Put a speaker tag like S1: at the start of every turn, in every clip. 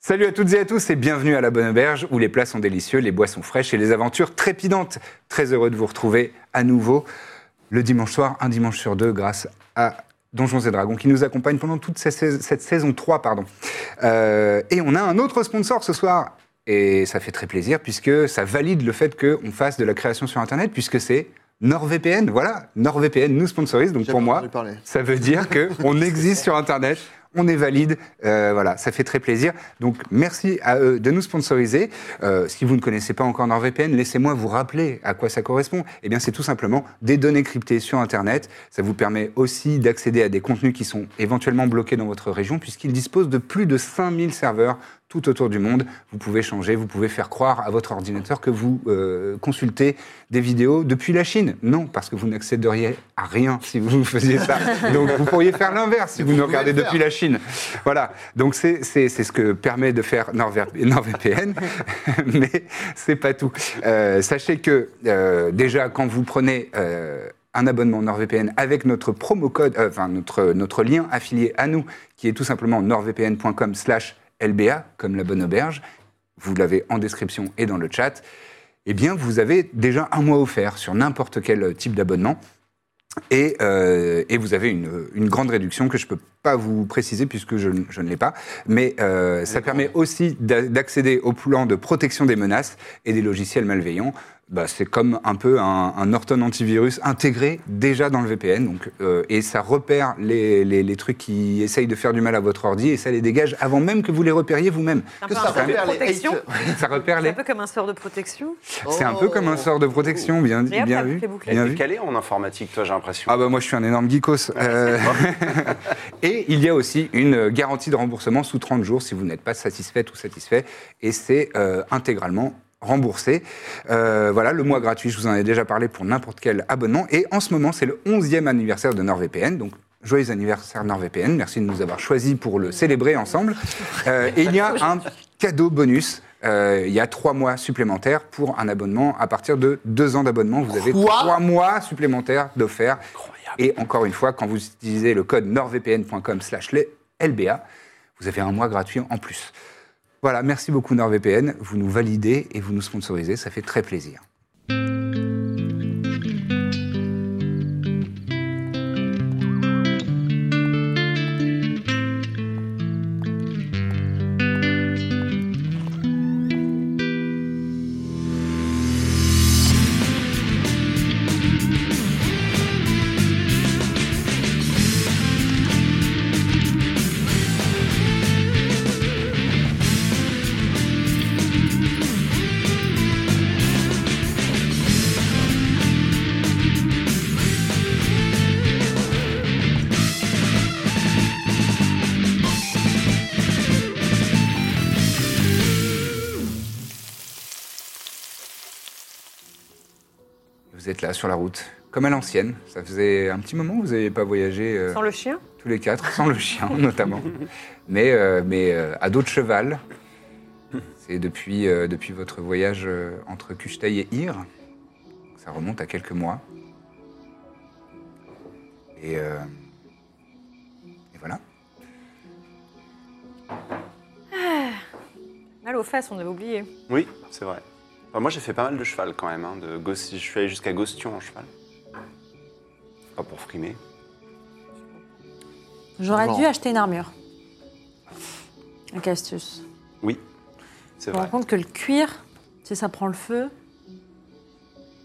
S1: Salut à toutes et à tous et bienvenue à la Bonne Auberge où les plats sont délicieux, les boissons fraîches et les aventures trépidantes. Très heureux de vous retrouver à nouveau le dimanche soir, un dimanche sur deux, grâce à Donjons et Dragons qui nous accompagne pendant toute cette saison, cette saison 3. Pardon. Euh, et on a un autre sponsor ce soir et ça fait très plaisir puisque ça valide le fait qu'on fasse de la création sur Internet puisque c'est NordVPN. Voilà, NordVPN nous sponsorise donc
S2: J'ai
S1: pour
S2: pas
S1: moi.
S2: entendu parler.
S1: Ça veut dire qu'on existe sur Internet, on est valide, euh, voilà, ça fait très plaisir. Donc merci à eux de nous sponsoriser. Euh, si vous ne connaissez pas encore NordVPN, laissez-moi vous rappeler à quoi ça correspond. Eh bien, c'est tout simplement des données cryptées sur Internet. Ça vous permet aussi d'accéder à des contenus qui sont éventuellement bloqués dans votre région, puisqu'ils disposent de plus de 5000 serveurs tout autour du monde. Vous pouvez changer, vous pouvez faire croire à votre ordinateur que vous euh, consultez des vidéos depuis la Chine. Non, parce que vous n'accéderiez à rien si vous faisiez ça. Donc vous pourriez faire l'inverse si vous, nous regardez
S2: le faire.
S1: depuis la Chine. Voilà, donc c'est c'est- c'est ce que permet de faire Nordver- NordVPN, mais c'est pas tout. Euh, sachez que euh, déjà, quand vous prenez... euh, un abonnement NordVPN avec notre promo code, euh, enfin notre, notre lien affilié à nous, qui est tout simplement nordvpn.com slash LBA, comme la bonne auberge. Vous l'avez en description et dans le chat. Eh bien, vous avez déjà un mois offert sur n'importe quel euh, type d'abonnement. Et, euh, et vous avez une, une grande réduction que je ne peux pas vous préciser puisque je, ne- je ne l'ai pas. Mais euh, ça permet aussi d'a- d'accéder au plan de protection des menaces et des logiciels malveillants. Bah, c'est comme un peu un, un Norton antivirus intégré déjà dans le VPN. Donc, euh, et ça repère les, les- les trucs qui essayent de faire du mal à votre ordi et ça les dégage avant même que vous les repériez vous-même.
S2: Que
S3: un
S2: ça
S3: sort de
S2: repère les
S3: protection.
S2: haters.
S1: Ça repère
S3: C'est
S1: les...
S3: un peu comme un sort de protection.
S4: Euh.
S1: C'est un peu comme un sort de protection, bien,
S3: Et hop,
S1: bien
S3: t'as
S1: vu.
S3: bouclé, bouclé.
S1: Bien
S4: T'es
S1: vu.
S4: calé en informatique, toi, j'ai l'impression.
S1: Ah bah moi je suis un énorme geekos. Euh, et il y a aussi une garantie de remboursement sous 30 jours si vous n'êtes pas satisfait ou satisfait. Et c'est euh, intégralement remboursé. Euh, voilà, le mois gratuit, je vous en ai déjà parlé pour n'importe quel abonnement. Et en ce moment, c'est le 11e anniversaire de NordVPN. Donc, joyeux anniversaire NordVPN. Merci de nous avoir choisis pour le célébrer ensemble. Euh, et il y a un cadeau bonus. Euh, il y a trois mois supplémentaires pour un abonnement. À partir de deux ans d'abonnement, vous avez
S2: Quoi
S1: trois mois supplémentaires d'offert. Et encore une fois, quand vous utilisez le code nordvpn.com slash LBA, vous avez un mois gratuit en plus. Voilà, merci beaucoup NordVPN. Vous nous validez et vous nous sponsorisez, ça fait très plaisir. Vous êtes là sur la route, comme à l'ancienne. Ça faisait un petit moment que vous n'aviez pas voyagé euh,
S3: Sans le chien
S1: tous les quatre, sans le chien notamment, mais, euh, mais euh, à dos de cheval. C'est depuis, euh, depuis votre voyage euh, entre Kuchtaï et Ir. Ça remonte à quelques mois. Et, euh, et voilà.
S3: Mal aux fesses, on avait oublié.
S1: bah.
S4: Oui, c'est vrai. Enfin, moi, j'ai fait pas mal de cheval quand même. hein, de Gos- Je suis allé jusqu'à Gostion en cheval. Pas pour frimer.
S5: J'aurais
S2: Genre.
S5: dû acheter une armure. Avec astuce.
S4: Oui, c'est
S5: Je me rends
S4: vrai.
S5: compte que le cuir, tu sais, ça prend le feu.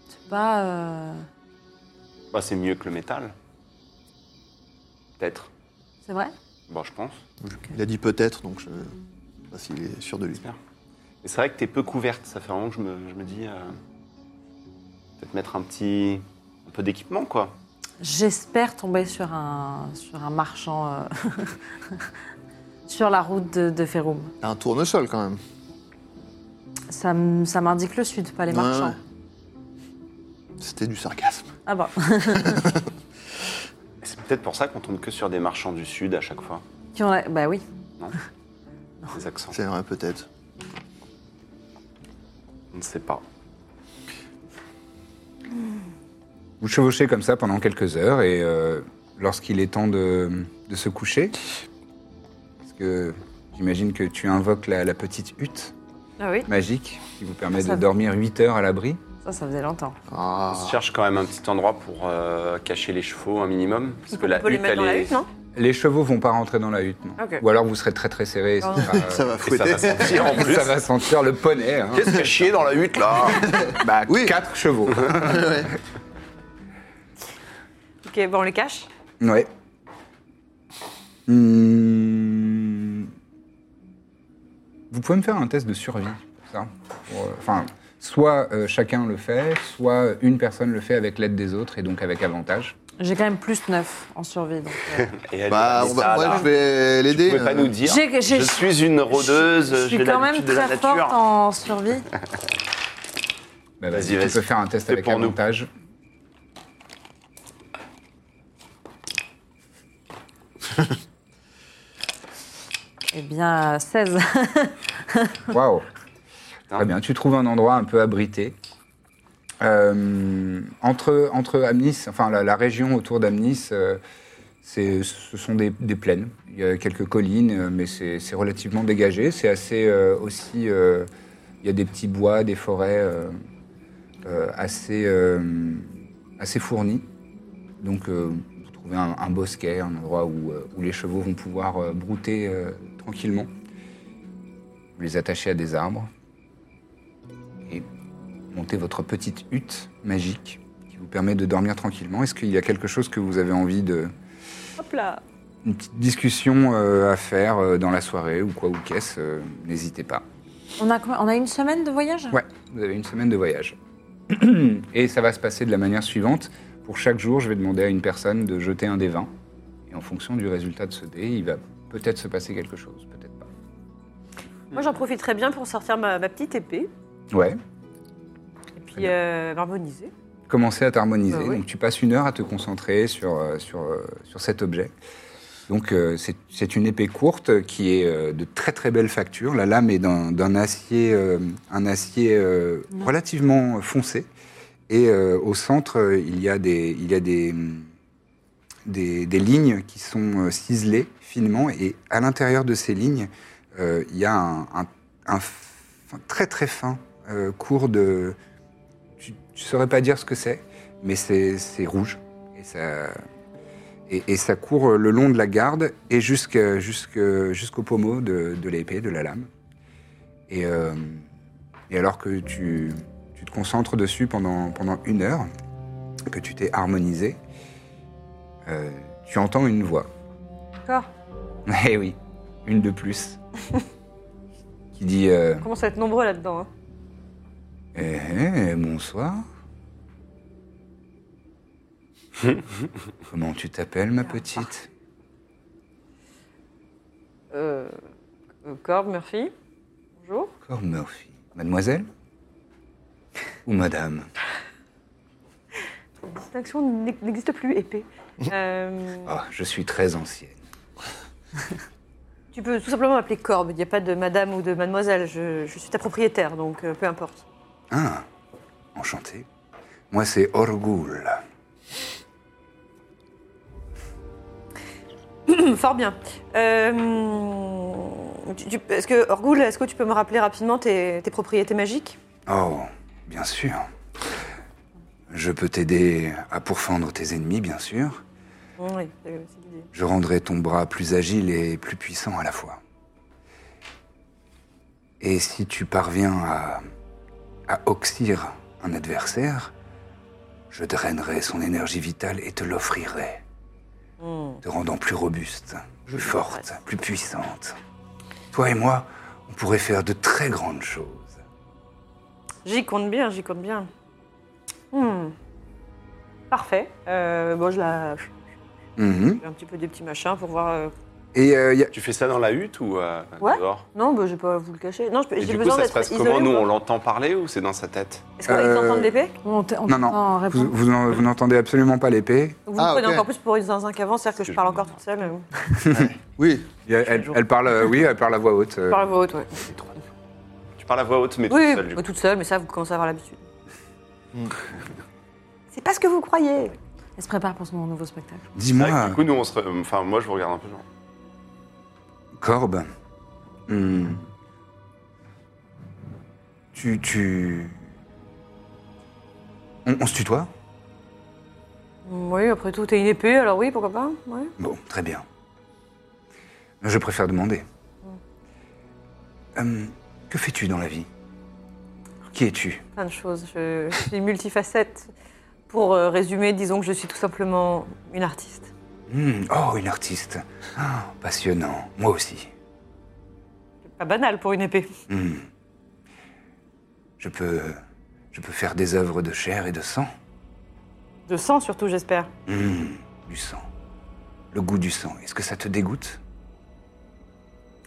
S5: C'est pas. euh,
S4: Bah, c'est mieux que le métal. Peut-être.
S5: C'est vrai
S4: Bon, je pense.
S2: Il a dit peut-être, donc je sais pas s'il est sûr de lui.
S4: Mais c'est vrai que t'es peu couverte. Ça fait vraiment que je me, je me dis. euh, Peut-être mettre un petit. Un peu d'équipement, quoi.
S5: J'espère tomber sur un, sur un marchand. euh, sur la route de, de Feroum.
S2: T'as un tournesol quand même.
S5: Ça, m- ça m'indique le sud, pas les
S2: Ouais,
S5: marchands.
S2: ouais. C'était du sarcasme.
S5: Ah bon
S4: Et C'est peut-être pour ça qu'on tombe que sur des marchands du Sud à chaque fois.
S5: Qui ont la- Bah oui.
S4: Des accents.
S2: C'est vrai, peut-être.
S4: On ne sait pas.
S1: Vous chevauchez comme ça pendant quelques heures et euh, lorsqu'il est temps de, de se coucher, parce que J'imagine que tu invoques la, la petite hutte
S3: Ah oui.
S1: magique qui vous permet
S5: Ça-
S1: de dormir 8 heures à l'abri.
S5: Ça, ça faisait longtemps.
S2: Ah,
S4: On se cherche quand même un petit endroit pour euh, cacher les chevaux un minimum. Parce que
S3: On
S4: la
S3: peut les
S4: hutte,
S3: mettre
S4: elle
S3: dans la
S4: est.
S3: hutte, non
S1: Les chevaux vont pas rentrer dans la hutte, non.
S3: Ok.
S1: Ou alors vous serez très très serré.
S3: Oh.
S2: ça va
S4: Et ça
S2: fouetter.
S4: va sentir en plus.
S1: euh, Ça va sentir le poney. hein.
S4: Qu'est-ce que chier dans la hutte là
S1: Bah,
S2: Oui.
S1: Quatre chevaux.
S2: Ouais.
S3: Ok, bon, on les cache.
S1: ouais. Hmm. Vous pouvez me faire un test de survie, ça. pour, euh, Enfin, soit euh, chacun le fait, soit une personne le fait avec l'aide des autres et donc avec avantage.
S5: J'ai quand même plus 9 en survie. donc, euh,
S4: Et elle
S2: Bah,
S4: dit
S2: on
S4: ça,
S2: va, moi,
S4: là.
S2: je vais
S4: Vous
S2: l'aider.
S4: pouvez pas
S2: euh,
S4: nous dire.
S5: J'ai- j'ai-
S4: je suis une rôdeuse,
S5: je
S4: je
S5: suis quand même
S4: de la
S5: très
S4: nature.
S5: forte en survie.
S1: Bah,
S4: Vas-y,
S1: vas-y,
S4: vas-y.
S1: tu peux faire un test
S4: Fais
S1: avec
S4: pour nous.
S1: avantage.
S5: Eh bien, euh, 16.
S1: Waouh Très bien, tu trouves un endroit un peu abrité. Euh, entre, entre Amnis, enfin la, la région autour d'Amnis, euh, c'est- ce sont des, des plaines. Il y a quelques collines, euh, mais c'est c'est relativement dégagé. C'est assez euh, aussi. euh, il y a des petits bois, des forêts euh, euh, assez, euh, assez fournies. Donc euh, vous trouvez un, un bosquet, un endroit où, euh, où les chevaux vont pouvoir euh, brouter euh, tranquillement. Vous les attachez à des arbres et montez votre petite hutte magique qui vous permet de dormir tranquillement. Est-ce qu'il y a quelque chose que vous avez envie de...
S3: Hop là.
S1: Une petite discussion euh, à faire euh, dans la soirée ou quoi ou qu'est-ce, euh, n'hésitez pas.
S5: On a, combien- on a une semaine de voyage
S3: Ah.
S1: Ouais, vous avez une semaine de voyage. et ça va se passer de la manière suivante. Pour chaque jour, je vais demander à une personne de jeter un des 20. Et en fonction du résultat de ce dé, il va peut-être se passer quelque chose, peut-être pas.
S3: Moi, j'en profiterais bien pour sortir ma, ma petite épée
S1: Ouais.
S3: et puis euh, m'harmoniser.
S1: commencer à t'harmoniser.
S3: Ah oui.
S1: Donc tu passes une heure à te concentrer sur, euh, sur, euh, sur cet objet. Donc euh, c'est- c'est une épée courte qui est euh, de très très belle facture. La lame est d'un d'un acier, euh, un acier euh, relativement foncé. Et euh, au centre, euh, il y a des, il y a des, hum, des, des lignes qui sont euh, ciselées finement. Et à l'intérieur de ces lignes, euh, il y a un, un- un fin- très très fin euh, cours de, tu, tu saurais pas dire ce que c'est, mais c'est c'est rouge. Et ça, et, et ça court le long de la garde et jusqu'à- jusque- jusqu'au pommeau de, de l'épée, de la lame. Et, euh, et alors que tu, tu te concentres dessus pendant, pendant une heure, que tu t'es harmonisé, euh, tu entends une voix.
S3: D'accord.
S1: Eh oui, une de plus. qui dit euh,
S3: On commence à être nombreux là-dedans. hein.
S1: Eh, eh, bonsoir. Comment tu t'appelles, ma petite
S3: Euh, euh, Corbe, Murphy. Bonjour.
S1: Encore Murphy. Mademoiselle Ou madame
S3: Cette distinction n'ex- n'existe plus, épée. Euh,
S1: Ah, je suis très ancienne.
S3: tu peux tout simplement m'appeler Corbe. Il n'y a pas de madame ou de mademoiselle. Je, je suis ta propriétaire, donc euh, peu importe.
S1: Ah, enchanté. Moi, c'est Orgul.
S3: Fort bien. Euh, tu- tu- est-ce que, Orgoul, est-ce que tu peux me rappeler rapidement tes, tes propriétés magiques
S1: Oh, bien sûr. Je peux t'aider à pourfendre tes ennemis, bien sûr.
S3: Oui, euh, c'est l'idée.
S1: Je rendrai ton bras plus agile et plus puissant à la fois. Et si tu parviens à, à oxyre un adversaire, je drainerai son énergie vitale et te l'offrirai,
S3: Hmm.
S1: te rendant plus robuste, plus
S3: Jolie
S1: forte,
S3: phrase.
S1: plus puissante. Toi et moi, on pourrait faire de très grandes choses.
S3: J'y compte bien, j'y compte bien. Hmm. Parfait. Euh, bon, je la, je
S1: Mhm.
S3: fais un petit peu des petits machins pour voir. euh,
S1: Et euh, y a-
S4: Tu fais ça dans la hutte ou euh,
S3: Ouais.
S4: dehors
S3: Non, bah, je vais pas vous le cacher. Non, je peux-
S4: Et
S3: j'ai
S4: du coup,
S3: besoin
S4: ça se
S3: d'être
S4: passe
S3: isolé.
S4: comment Nous, on l'entend parler ou c'est dans sa tête
S3: Est-ce qu'on a
S1: Euh,
S3: une entente d'épée
S5: On t- on
S1: Non, non.
S5: t'entend
S1: vous,
S5: répondre.
S1: vous en- vous n'entendez absolument pas l'épée.
S3: Vous
S2: Ah,
S3: me prenez
S2: ok.
S3: encore plus pour une zinzin qu'avant, c'est-à-dire que je
S4: que
S3: parle
S4: je-
S3: encore toute seule. euh,
S2: Oui,
S1: Y a- Elle, elle parle, euh, oui, elle parle à voix haute. euh,
S3: Par la voix haute, ouais.
S4: Tu parles à voix haute, mais tout
S3: Oui,
S4: seul, du
S3: bah,
S4: coup.
S3: toute seule, mais ça, vous commencez à avoir l'habitude.
S4: Hmm.
S3: C'est pas ce que vous croyez.
S5: Elle se prépare pour son nouveau spectacle.
S1: Ah.
S4: C'est vrai que
S1: Dis-moi.
S4: Du coup, nous, on se... re- Enfin, moi, je vous regarde un peu genre...
S1: Corbe, Hmm. Tu, tu... On, on se tutoie
S3: Oui, après tout, t'es une épée, alors oui, pourquoi pas ouais.
S1: Bon, très bien. Je préfère demander. Hum, que fais-tu dans la vie Qui es-tu
S3: Plein de choses. Je, je suis multifacette. Pour euh, résumer, disons que je suis tout simplement une artiste.
S1: Hum, Oh, une artiste. Ah, passionnant. Moi aussi.
S3: C'est Pas banal pour une épée.
S1: Hmm. Je peux, je peux faire des œuvres de chair et de sang.
S3: De sang surtout, j'espère.
S1: Hmm, Du sang. Le goût du sang. Est-ce que ça te dégoûte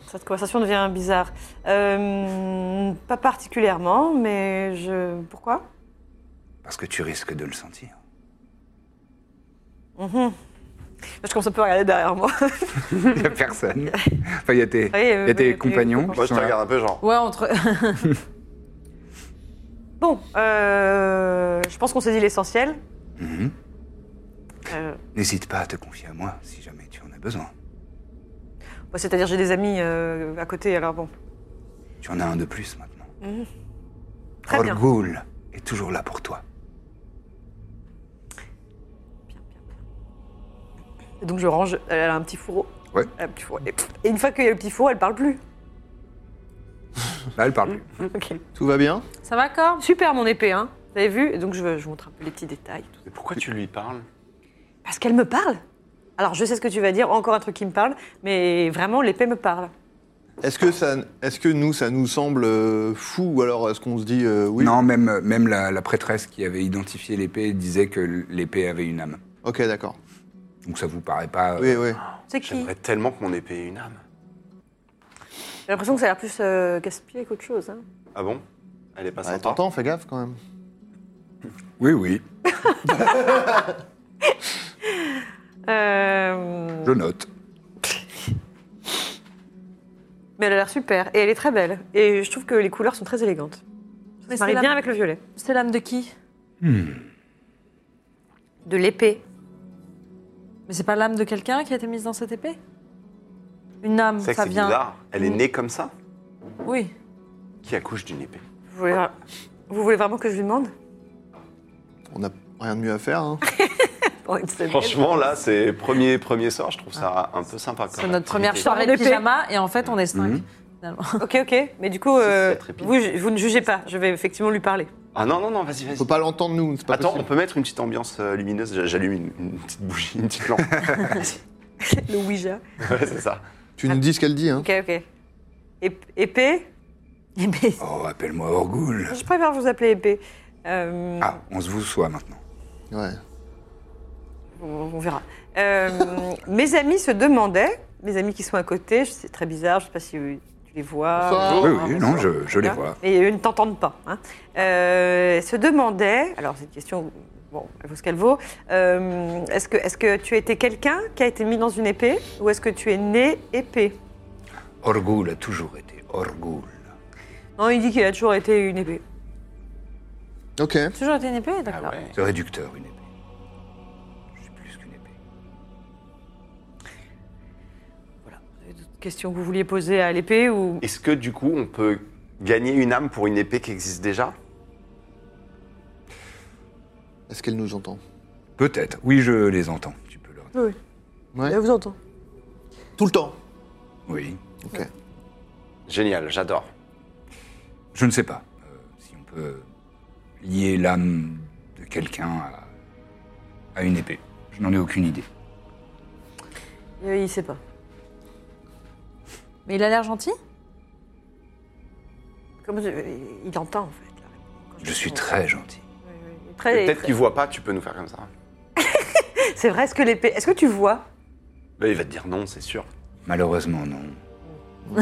S3: Cette conversation devient bizarre. Euh, pas particulièrement, mais je. Pourquoi
S1: Parce que tu risques de le sentir.
S3: Je commence un peu à regarder derrière moi.
S1: Il n'y a personne. Enfin, il y a tes,
S3: Oui, euh,
S1: il y a tes
S3: mes-
S1: compagnons.
S3: mes
S1: qui
S4: Moi, je
S1: sont
S4: te
S1: là.
S4: regarde un peu, genre.
S5: Ouais, entre.
S3: Bon, euh, je pense qu'on s'est dit l'essentiel.
S1: Mhm.
S3: Euh,
S1: N'hésite pas à te confier à moi si jamais tu en as besoin.
S3: bah, C'est-à-dire, j'ai des amis euh, à côté, alors bon.
S1: Tu en as un de plus maintenant.
S3: Mmh. Très bien.
S1: Orgul est toujours là pour toi.
S4: Mmh.
S3: Et donc je range, elle a un petit fourreau.
S1: Ouais.
S3: Elle a un petit fourreau. Et, pff, et une fois qu'il y a le petit fourreau, elle parle plus.
S1: Là, Bah, elle parle plus.
S3: Ok.
S2: Tout va bien
S5: Ça va, Corbe
S3: Super mon épée, hein. Vous avez vu Et donc je, veux- je vous montre un peu les petits détails. tout.
S4: Mais pourquoi tu lui parles
S3: Parce qu'elle me parle. Alors je sais ce que tu vas dire, encore un truc qui me parle, mais vraiment l'épée me parle.
S2: Est-ce que, ça, est-ce que nous, ça nous semble euh, fou ou alors est-ce qu'on se dit euh, oui
S1: Non, même, même la, la prêtresse qui avait identifié l'épée disait que l'épée avait une âme.
S2: Ok, d'accord.
S1: Donc ça vous paraît pas...
S2: Oui, oui.
S3: C'est qui
S4: J'aimerais tellement que mon épée ait une âme.
S3: J'ai l'impression que ça a l'air plus euh, casse-pied qu'autre chose. hein.
S4: Ah bon Elle est pas
S2: Ouais,
S4: sympa.
S2: T'entends, fais gaffe quand même.
S1: oui. oui.
S3: Euh,
S1: Je note.
S3: Mais elle a l'air super. Et elle est très belle. Et je trouve que les couleurs sont très élégantes. Ça
S5: Mais
S3: se
S5: c'est
S3: marie
S5: la-
S3: bien avec le violet.
S5: C'est l'âme de qui
S3: De l'épée.
S5: Mais c'est pas l'âme de quelqu'un qui a été mise dans cette épée Une âme,
S4: C'est vrai que
S5: ça
S4: c'est
S5: vient.
S4: bizarre. Elle
S3: Mm.
S4: est née comme ça
S5: Oui.
S4: Qui accouche d'une épée
S3: Vous voulez, vous voulez vraiment que je lui demande
S2: On n'a rien de mieux à faire. hein.
S3: Pendant une semaine.
S4: Franchement, là, c'est premier, premier soir, je trouve ça
S3: Ah.
S4: un peu sympa.
S5: C'est notre première
S3: Sors mon
S5: soirée de
S3: épée.
S5: pyjama et en fait, on est cinq. finalement.
S3: Ok, ok. Mais du coup, euh,
S4: c'est très rapide.
S3: vous, vous ne jugez pas. Je vais effectivement lui parler.
S4: Ah non, non, non, vas-y, vas-y.
S2: Faut pas l'entendre, nous. C'est pas
S4: Attends, on
S2: possible.
S4: peut mettre une petite ambiance euh, lumineuse. J'- J'allume une, une petite bougie, une petite lampe.
S3: Le Ouija.
S4: ouais, c'est ça.
S2: Tu nous dis ce qu'elle dit. Hein.
S3: Ok, ok. Ép- épée
S5: Eh ben,
S1: Oh, appelle-moi Orgul.
S3: Je préfère vous appeler épée. Euh,
S1: Ah, on se vous soit maintenant.
S2: Ouais.
S3: on, on verra. Euh, mes amis se demandaient, mes amis qui sont à côté, je- c'est très bizarre, je sais pas si euh, tu les vois.
S2: Bonsoir.
S1: oui,
S3: Ah,
S1: oui,
S3: bonsoir.
S1: non, je, je les
S3: Hein
S1: vois.
S3: Et eux ne t'entendent pas. Hein. Euh, se demandaient, alors cette question, bon, elle vaut ce qu'elle vaut, euh, est-ce que, est que tu étais quelqu'un qui a été mis dans une épée ou est-ce que tu es né épée
S1: Orgul a toujours été Orgul.
S3: Non, il dit qu'il a toujours été une épée.
S2: Ok.
S5: toujours été une épée,
S4: Ah
S5: d'accord.
S4: ouais.
S1: C'est réducteur, une épée. Je suis plus qu'une épée.
S3: D'autres questions que vous vouliez poser à l'épée ou
S4: Est-ce que du coup, on peut gagner une âme pour une épée qui existe déjà
S2: Est-ce qu'elle nous entend
S1: Peut-être. Oui, je les entends. Tu peux leur dire.
S2: Ouais.
S3: vous entend.
S2: Tout le temps.
S1: Oui.
S2: Ok.
S4: Génial, j'adore.
S1: Je ne sais pas euh, si on peut lier l'âme de quelqu'un à, à une épée. Je n'en ai aucune idée.
S3: Euh, Il ne sait pas.
S5: Mais il a l'air gentil
S3: Comme je- il entend en fait. là. Quand
S1: Je suis très gentil.
S3: Oui, oui.
S4: Et
S3: Très-
S4: Peut-être qu'il voit pas, tu peux nous faire comme ça.
S3: C'est vrai, est-ce que l'épée, est-ce que tu vois
S4: Là, Bah, il va te dire non, c'est sûr.
S1: Malheureusement, non.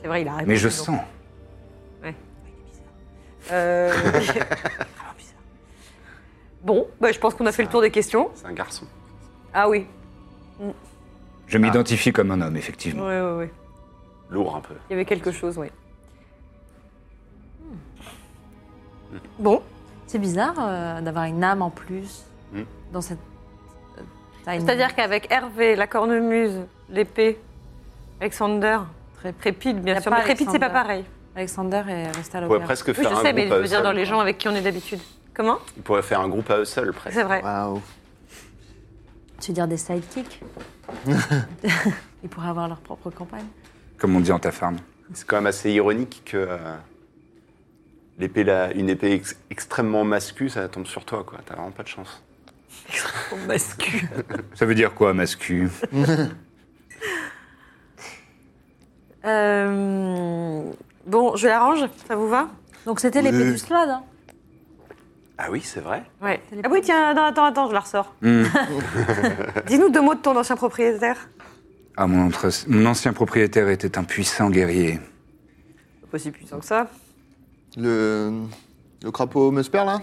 S3: C'est vrai, il a
S1: Mais je
S3: répondu,
S1: sens.
S3: donc. Euh, Vraiment bizarre. Bon, bah, je pense qu'on a fait le tour des questions.
S4: C'est un garçon.
S3: Ah oui.
S1: Je m'identifie comme un homme, effectivement.
S3: Ouais, ouais, ouais.
S4: Lourd un peu.
S3: Il y avait quelque chose, oui. Bon,
S5: C'est bizarre euh, d'avoir une âme en plus
S4: Hmm.
S5: dans cette. euh, t'as une-
S3: c'est-à-dire qu'avec Hervé, la cornemuse, l'épée, Alexander, Trépide, bien
S5: Y a
S3: sûr.
S5: pas
S3: Mais trépide, c'est pas
S5: Alexander.
S3: pareil.
S5: Alexander est resté à
S4: Ils pourraient
S5: l'opéra.
S4: presque
S3: Oui,
S4: faire
S3: je
S4: un
S3: sais, mais je
S4: groupe euh, à
S1: euh,
S3: veux
S4: eux
S3: dire dans
S4: seuls.
S3: les gens avec qui on est d'habitude. Comment
S4: Ils pourraient faire un groupe à eux seuls, presque.
S3: C'est vrai.
S2: Waouh.
S5: Tu veux dire des sidekicks Ils pourraient avoir leur propre campagne.
S1: comme on dit en ta farm.
S4: C'est quand même assez ironique que euh, l'épée, la- une épée ex- extrêmement masculine, ça tombe sur toi, quoi. T'as vraiment pas de chance.
S3: Mascu.
S1: Ça veut dire quoi, mascu
S3: Euh, Bon, je l'arrange, ça vous va
S5: Donc c'était l'épée
S2: Oui.
S5: du Slade. hein.
S4: Ah oui, c'est vrai.
S3: Ouais.
S5: C'est les
S3: Ah oui, tiens, attends, attends, attends, je la ressors.
S1: Hmm.
S3: Dis-nous deux mots de ton ancien propriétaire.
S1: Ah, mon, entre- mon ancien propriétaire était un puissant guerrier.
S3: Pas si puissant que ça.
S2: Le, le crapaud Musper, là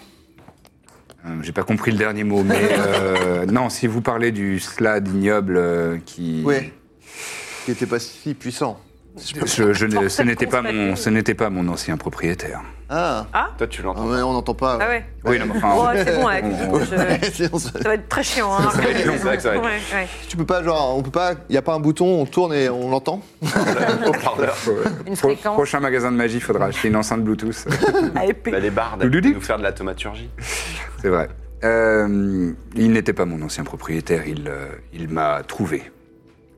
S1: Euh, J'ai pas compris le dernier mot, mais euh, non, si vous parlez du slade ignoble euh, qui.
S2: Oui. Qui était pas si puissant. Si je peux-
S1: Je, je n'ai- ce n'était pas,
S3: constater.
S1: mon- ce n'était pas mon ancien propriétaire.
S2: Ah,
S4: Toi, tu
S2: Ah,
S4: l'entends.
S2: mais on n'entend pas.
S3: Ah ouais.
S1: Oui, non, mais enfin,
S3: Oh, c'est bon, avec
S1: on-
S3: je-
S2: On se-
S3: ça va être très chiant. Hein,
S4: va être long, c'est vrai que ça va être long.
S3: Ouais, ouais.
S2: tu peux pas, genre, on peut pas, y a pas un bouton, on tourne et on l'entend
S4: Au parleur.
S5: Une
S1: Pro-
S5: fréquence.
S1: prochain magasin de magie, il faudra acheter une enceinte Bluetooth.
S3: Ah, épée.
S4: Bah, les bardes,
S1: Doudou.
S4: ils peuvent nous faire de la tomaturgie.
S1: C'est vrai. Euh, il n'était pas mon ancien propriétaire, il, euh, il m'a trouvé.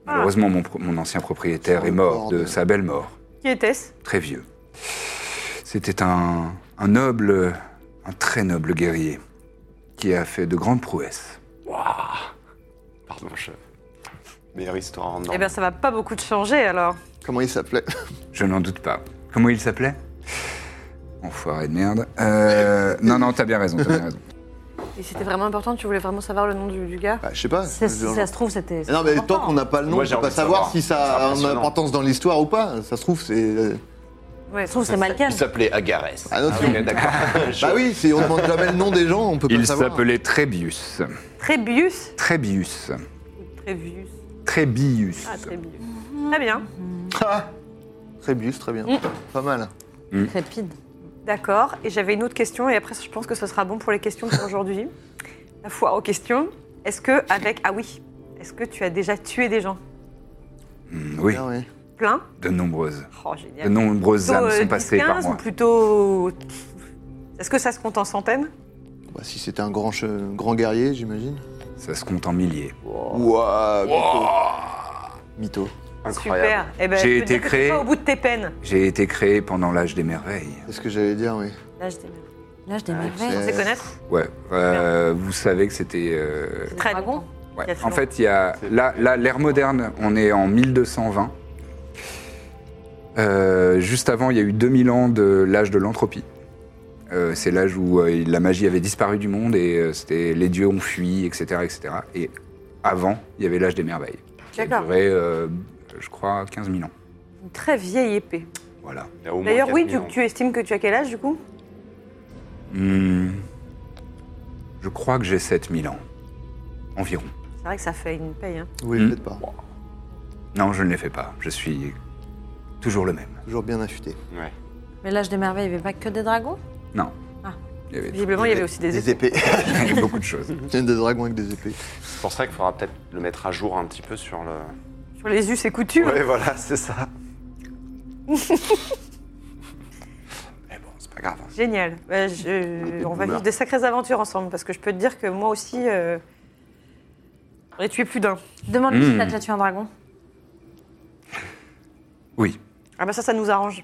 S1: Malheureusement, mon, pro- mon ancien propriétaire
S2: Sur
S1: est
S2: le
S1: mort
S2: bord
S1: de
S2: de-
S1: sa belle mort,
S3: Qui était-ce
S1: très vieux. C'était un, un noble, un très noble guerrier qui a fait de grandes prouesses.
S4: Waouh Pardon, je... Meilleure histoire en or.
S3: Eh bien, ça va pas beaucoup de changer alors.
S2: Comment il s'appelait
S1: Je n'en doute pas. Comment il s'appelait Enfoiré de merde. Euh, non, non, t'as bien raison, t'as bien raison.
S3: Et c'était vraiment important, tu voulais vraiment savoir le nom du, du gars
S2: bah, Je sais pas.
S5: Si ça-
S2: je-
S5: si ça se trouve, c'était.
S2: Non, mais tant
S5: c'était important. hein.
S2: qu'on n'a pas le nom,
S4: Moi,
S2: on
S4: j'ai
S2: peut
S4: envie
S2: pas
S4: de
S2: savoir,
S4: savoir.
S2: si ça
S4: C'est
S2: a une
S4: impressionnant.
S2: importance dans l'histoire ou pas. Ça se trouve, c'est.
S3: Ouais,
S5: Ça se trouve, c'est Malken.
S4: Il s'appelait Agarès.
S2: Ah, non, c'est-
S4: ok, d'accord. Je-
S2: Bah oui, si on demande jamais le nom des gens, on peut pas
S1: Il
S2: savoir.
S1: s'appelait Trébius.
S3: Trébius
S1: Trébius.
S3: Trébius.
S1: Trébius.
S3: Ah, Trébius. Très bien,
S2: Ah Trébius, très bien.
S5: Mm.
S2: Pas mal.
S5: Trépide.
S3: d'accord. Et j'avais une autre question, et après, je pense que ce sera bon pour les questions pour aujourd'hui. La foire aux questions. Est-ce que, avec. Ah oui, est-ce que tu as déjà tué des gens
S1: oui,
S2: Ah ouais.
S3: Plein
S1: de nombreuses.
S3: Oh,
S1: De
S3: génial.
S1: nombreuses
S3: Plutôt,
S1: âmes
S3: euh,
S1: sont passées
S3: 10,
S1: par
S3: 15,
S1: moi.
S3: ou plutôt. Est-ce que ça se compte en centaines
S2: Bah, si c'était un grand, che- un grand guerrier, j'imagine.
S1: Ça se compte en milliers.
S4: Oh.
S2: Ouah, mytho. Mytho.
S4: Incroyable.
S3: Super. Eh ben,
S1: J'ai
S3: je peux
S1: été
S3: te dire que t'es
S1: créé-
S3: pas au bout de tes peines.
S1: J'ai été créé pendant l'âge des merveilles.
S2: C'est ce que j'allais dire, oui.
S3: Là, je t'ai
S5: Là, je
S3: On
S5: démerveille.
S3: sait connaître
S1: Ouais, euh, vous savez que c'était. euh,
S3: Très
S5: dragons
S3: longtemps.
S1: ouais.
S3: Il y a très
S1: En fait, il y a là, là, l'ère moderne. On est en 1220. Euh, juste avant, il y a eu 2000 ans de l'âge de l'entropie. Euh, c'est l'âge où euh, la magie avait disparu du monde et euh, c'était les dieux ont fui, etc., etc. Et avant, il y avait l'âge des merveilles. Qui a
S3: D'accord.
S1: duré, euh, je crois, 15 000 ans.
S3: Une très vieille épée.
S1: Voilà.
S4: Il y a au moins
S3: D'ailleurs, oui, tu,
S4: 4000 ans.
S3: tu estimes que tu as quel âge du coup
S1: Hmm. Je crois que j'ai 7000 ans. Environ.
S3: C'est vrai que ça fait une paye. Hein.
S2: Oui,
S4: Mm.
S1: Hmm.
S2: peut-être pas.
S1: Non, je ne les fais pas. Je suis toujours le même.
S2: Toujours bien affûté.
S4: Ouais.
S5: Mais là, je démerveille. Il n'y avait pas que des dragons
S1: Non.
S5: Ah.
S1: Il y avait,
S3: Visiblement, il y avait aussi des
S2: Des
S3: épées.
S2: épées.
S1: il y avait beaucoup de choses.
S2: des dragons avec des épées.
S4: C'est pour ça qu'il faudra peut-être le mettre à jour un petit peu sur le...
S3: Sur les us et coutumes.
S4: Ouais, voilà, c'est ça. Mais bon, c'est pas grave. hein.
S3: Génial. Ouais, je- On va vivre des sacrées aventures ensemble parce que je peux te dire que moi aussi, euh... j'en ai tué plus d'un.
S5: Demande-lui
S1: Mm.
S5: si t'as déjà tué un dragon.
S1: Oui,
S3: Ah bah ça, ça nous arrange.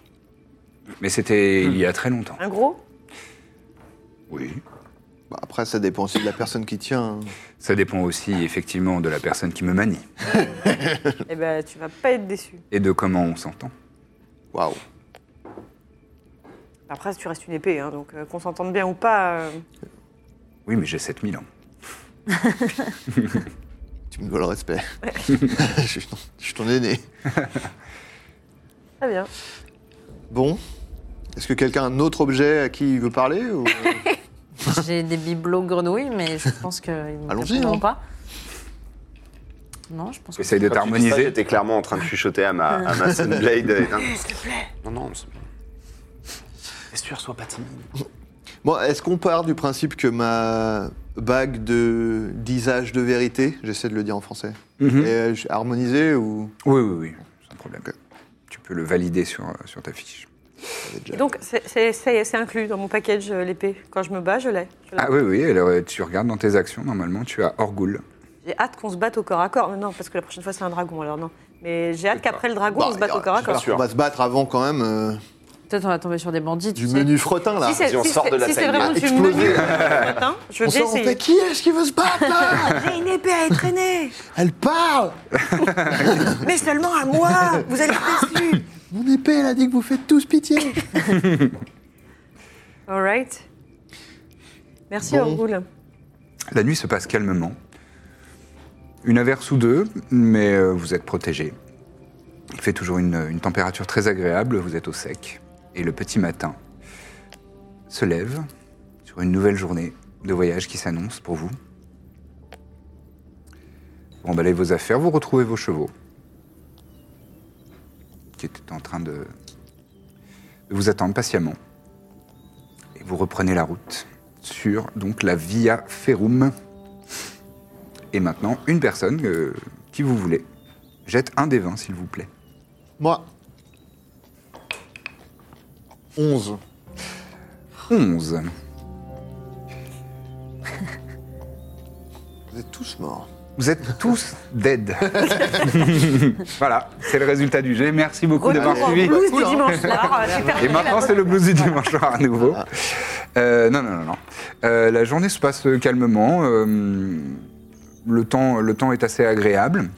S1: mais c'était il y
S4: Hmm.
S1: a très longtemps.
S3: Un gros
S1: Oui.
S2: Bah, après, ça dépend aussi de la personne qui tient. hein.
S1: Ça dépend aussi effectivement de la personne qui me manie
S3: Eh ben, tu vas pas être déçu.
S1: et de comment on s'entend.
S2: Waouh.
S3: Après, tu restes une épée, hein, donc euh, qu'on s'entende bien ou pas. euh,
S1: Oui, mais j'ai 7000 ans.
S2: Tu me dois le respect. je, suis ton, je suis ton aîné.
S3: Très bien.
S2: Bon. Est-ce que quelqu'un a un autre objet à qui il veut parler ou... euh?
S5: J'ai des bibelots grenouilles, mais je pense qu'ils ne
S2: Allons-y,
S5: répondront
S2: hein.
S5: pas. Non, je pense que.
S1: Essaye de
S4: Quand tu dis ça,
S1: t'harmoniser.
S4: J'étais clairement en train de chuchoter à ma, à ma Sunblade. et- Non, non, s'il te plaît. Non, non, c'est bon. Est-ce que tu reçois pas timide
S2: Bon, est-ce qu'on part du principe que ma bague de disage de
S3: Hmm?
S2: vérité, j'essaie de le dire en français,
S1: Mhm.
S2: est harmonisée ou
S1: Oui, oui, oui, sans problème.
S2: Ok.
S1: Tu peux le valider sur, euh, sur ta fiche.
S3: Et donc, c'est- c'est c'est- c'est inclus dans mon package euh, l'épée. Quand je me bats, je l'ai. Je l'ai.
S1: Ah oui, oui, alors euh, tu regardes dans tes actions, normalement, tu as Orgul.
S3: J'ai hâte qu'on se batte au corps à corps. Mais non, parce que la prochaine fois, c'est un dragon, alors non. Mais j'ai hâte qu'après le dragon,
S2: Bah,
S3: on se batte au corps à corps.
S2: On va se battre avant quand même euh,
S5: Peut-être on va tomber sur des bandits.
S2: du
S5: tu sais.
S2: menu fretin là.
S3: Si c'est
S4: Vas-y, on
S3: si
S4: sort de
S3: c'est-
S4: la
S3: si c'est
S4: salle,
S3: vraiment
S4: il
S3: du
S2: a
S3: menu
S2: explosé.
S3: ce matin, je
S2: on
S3: vais
S2: sort, on fait
S3: essayer.
S2: qui est-ce qui veut se battre là
S3: J'ai une épée à étraîner,
S2: Elle parle
S3: mais seulement à moi. Vous allez être déçus.
S2: Mon épée, elle a dit que vous faites tous pitié
S3: All right. Merci,
S2: Bon.
S3: Orgul.
S1: La nuit se passe calmement. Une averse ou deux, mais euh, vous êtes protégé. Il fait toujours une, une température très agréable, vous êtes au sec. Et le petit matin se lève sur une nouvelle journée de voyage qui s'annonce pour vous. Vous emballez vos affaires, vous retrouvez vos chevaux qui étaient en train de, de vous attendre patiemment. Et vous reprenez la route sur donc la Via Ferrum. Et maintenant, une personne, euh, qui vous voulez, jette un des 20, s'il vous plaît.
S2: Moi. 11.
S1: 11.
S2: Vous êtes tous morts.
S1: Vous êtes tous dead. voilà, c'est le résultat du jet. Merci beaucoup
S3: Retour
S1: d'avoir
S3: au
S1: suivi.
S3: blues
S2: Cool,
S3: du
S2: hein.
S3: dimanche soir. Euh, C'est terminé,
S1: Et
S3: la
S1: maintenant, c'est le blues du dimanche soir à nouveau. Euh, non, non, non, non. Euh, la journée se passe euh, calmement. euh, le, temps, le temps est assez agréable.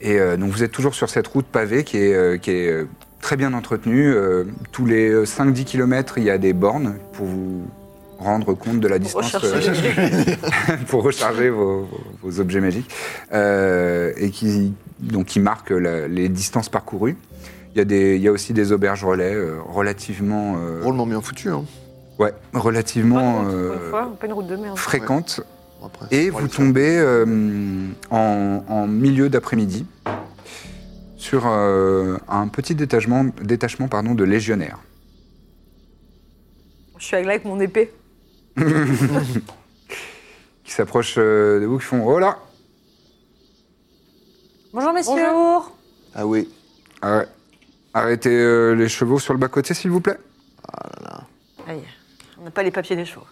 S1: Et euh, donc, vous êtes toujours sur cette route pavée qui est, euh, qui est euh, très bien entretenue. Euh, tous les euh, 5-10 km, il y a des bornes pour vous rendre compte de la distance
S3: rechercher.
S1: euh, pour recharger vos, vos- vos objets magiques Euh, et qui donc qui marque la- les distances parcourues. Il y, a des, il y a aussi des auberges relais euh, relativement euh,
S2: Drôlement bien foutu, hein.
S1: Ouais, relativement
S3: Pas une route, pour
S1: euh,
S3: une fois, pas une route de merde.
S1: fréquente.
S2: Bon, Après,
S1: Et
S2: on va
S1: vous
S2: le faire.
S1: tombez euh, en, en milieu d'après-midi sur euh, un petit détachement, détachement pardon, de légionnaires.
S3: Je suis là avec mon épée.
S1: Qui s'approchent euh, de vous, qui font Oh là
S5: Bonjour messieurs.
S3: Bonjour.
S2: Ah oui.
S1: Arr- Arrêtez euh, les chevaux sur le bas-côté, s'il vous plaît.
S3: Aïe. On n'a pas les papiers des chevaux.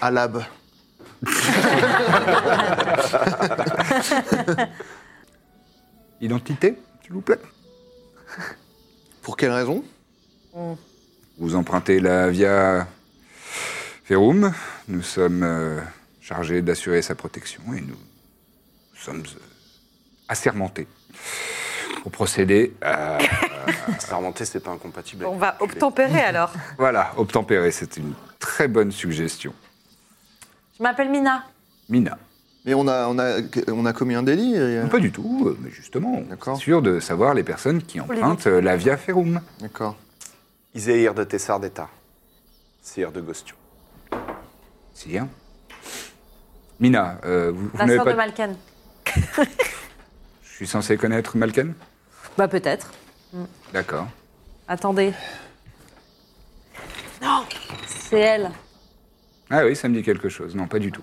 S2: Alab.
S1: Identité, s'il vous plaît.
S2: Pour quelle raison
S1: Vous empruntez la via Ferrum. Nous sommes euh, chargés d'assurer sa protection et nous, nous sommes euh, assermentés pour procéder à.
S4: Ça remonté, c'est pas incompatible.
S3: On va obtempérer alors.
S1: Voilà, obtempérer, c'est une très bonne suggestion.
S5: Je m'appelle Mina.
S1: Mina.
S2: Mais on a, on, a, on a commis un délit. et-
S1: Non, Pas du tout, euh, mais justement, on est
S2: D'accord.
S1: sûr de savoir les personnes qui empruntent euh, la via Ferrum.
S2: D'accord.
S4: Iséir de Tessar d'État. Sire de Gostion.
S1: C'est bien. hein. Mina, euh, vous, vous
S5: La
S1: n'avez
S5: sœur
S1: pas.
S5: de Malken.
S1: Je suis censé connaître Malken
S5: Bah peut-être.
S1: D'accord.
S5: Attendez.
S3: Non.
S5: C'est elle.
S1: Ah oui, ça me dit quelque chose. Non, pas du tout.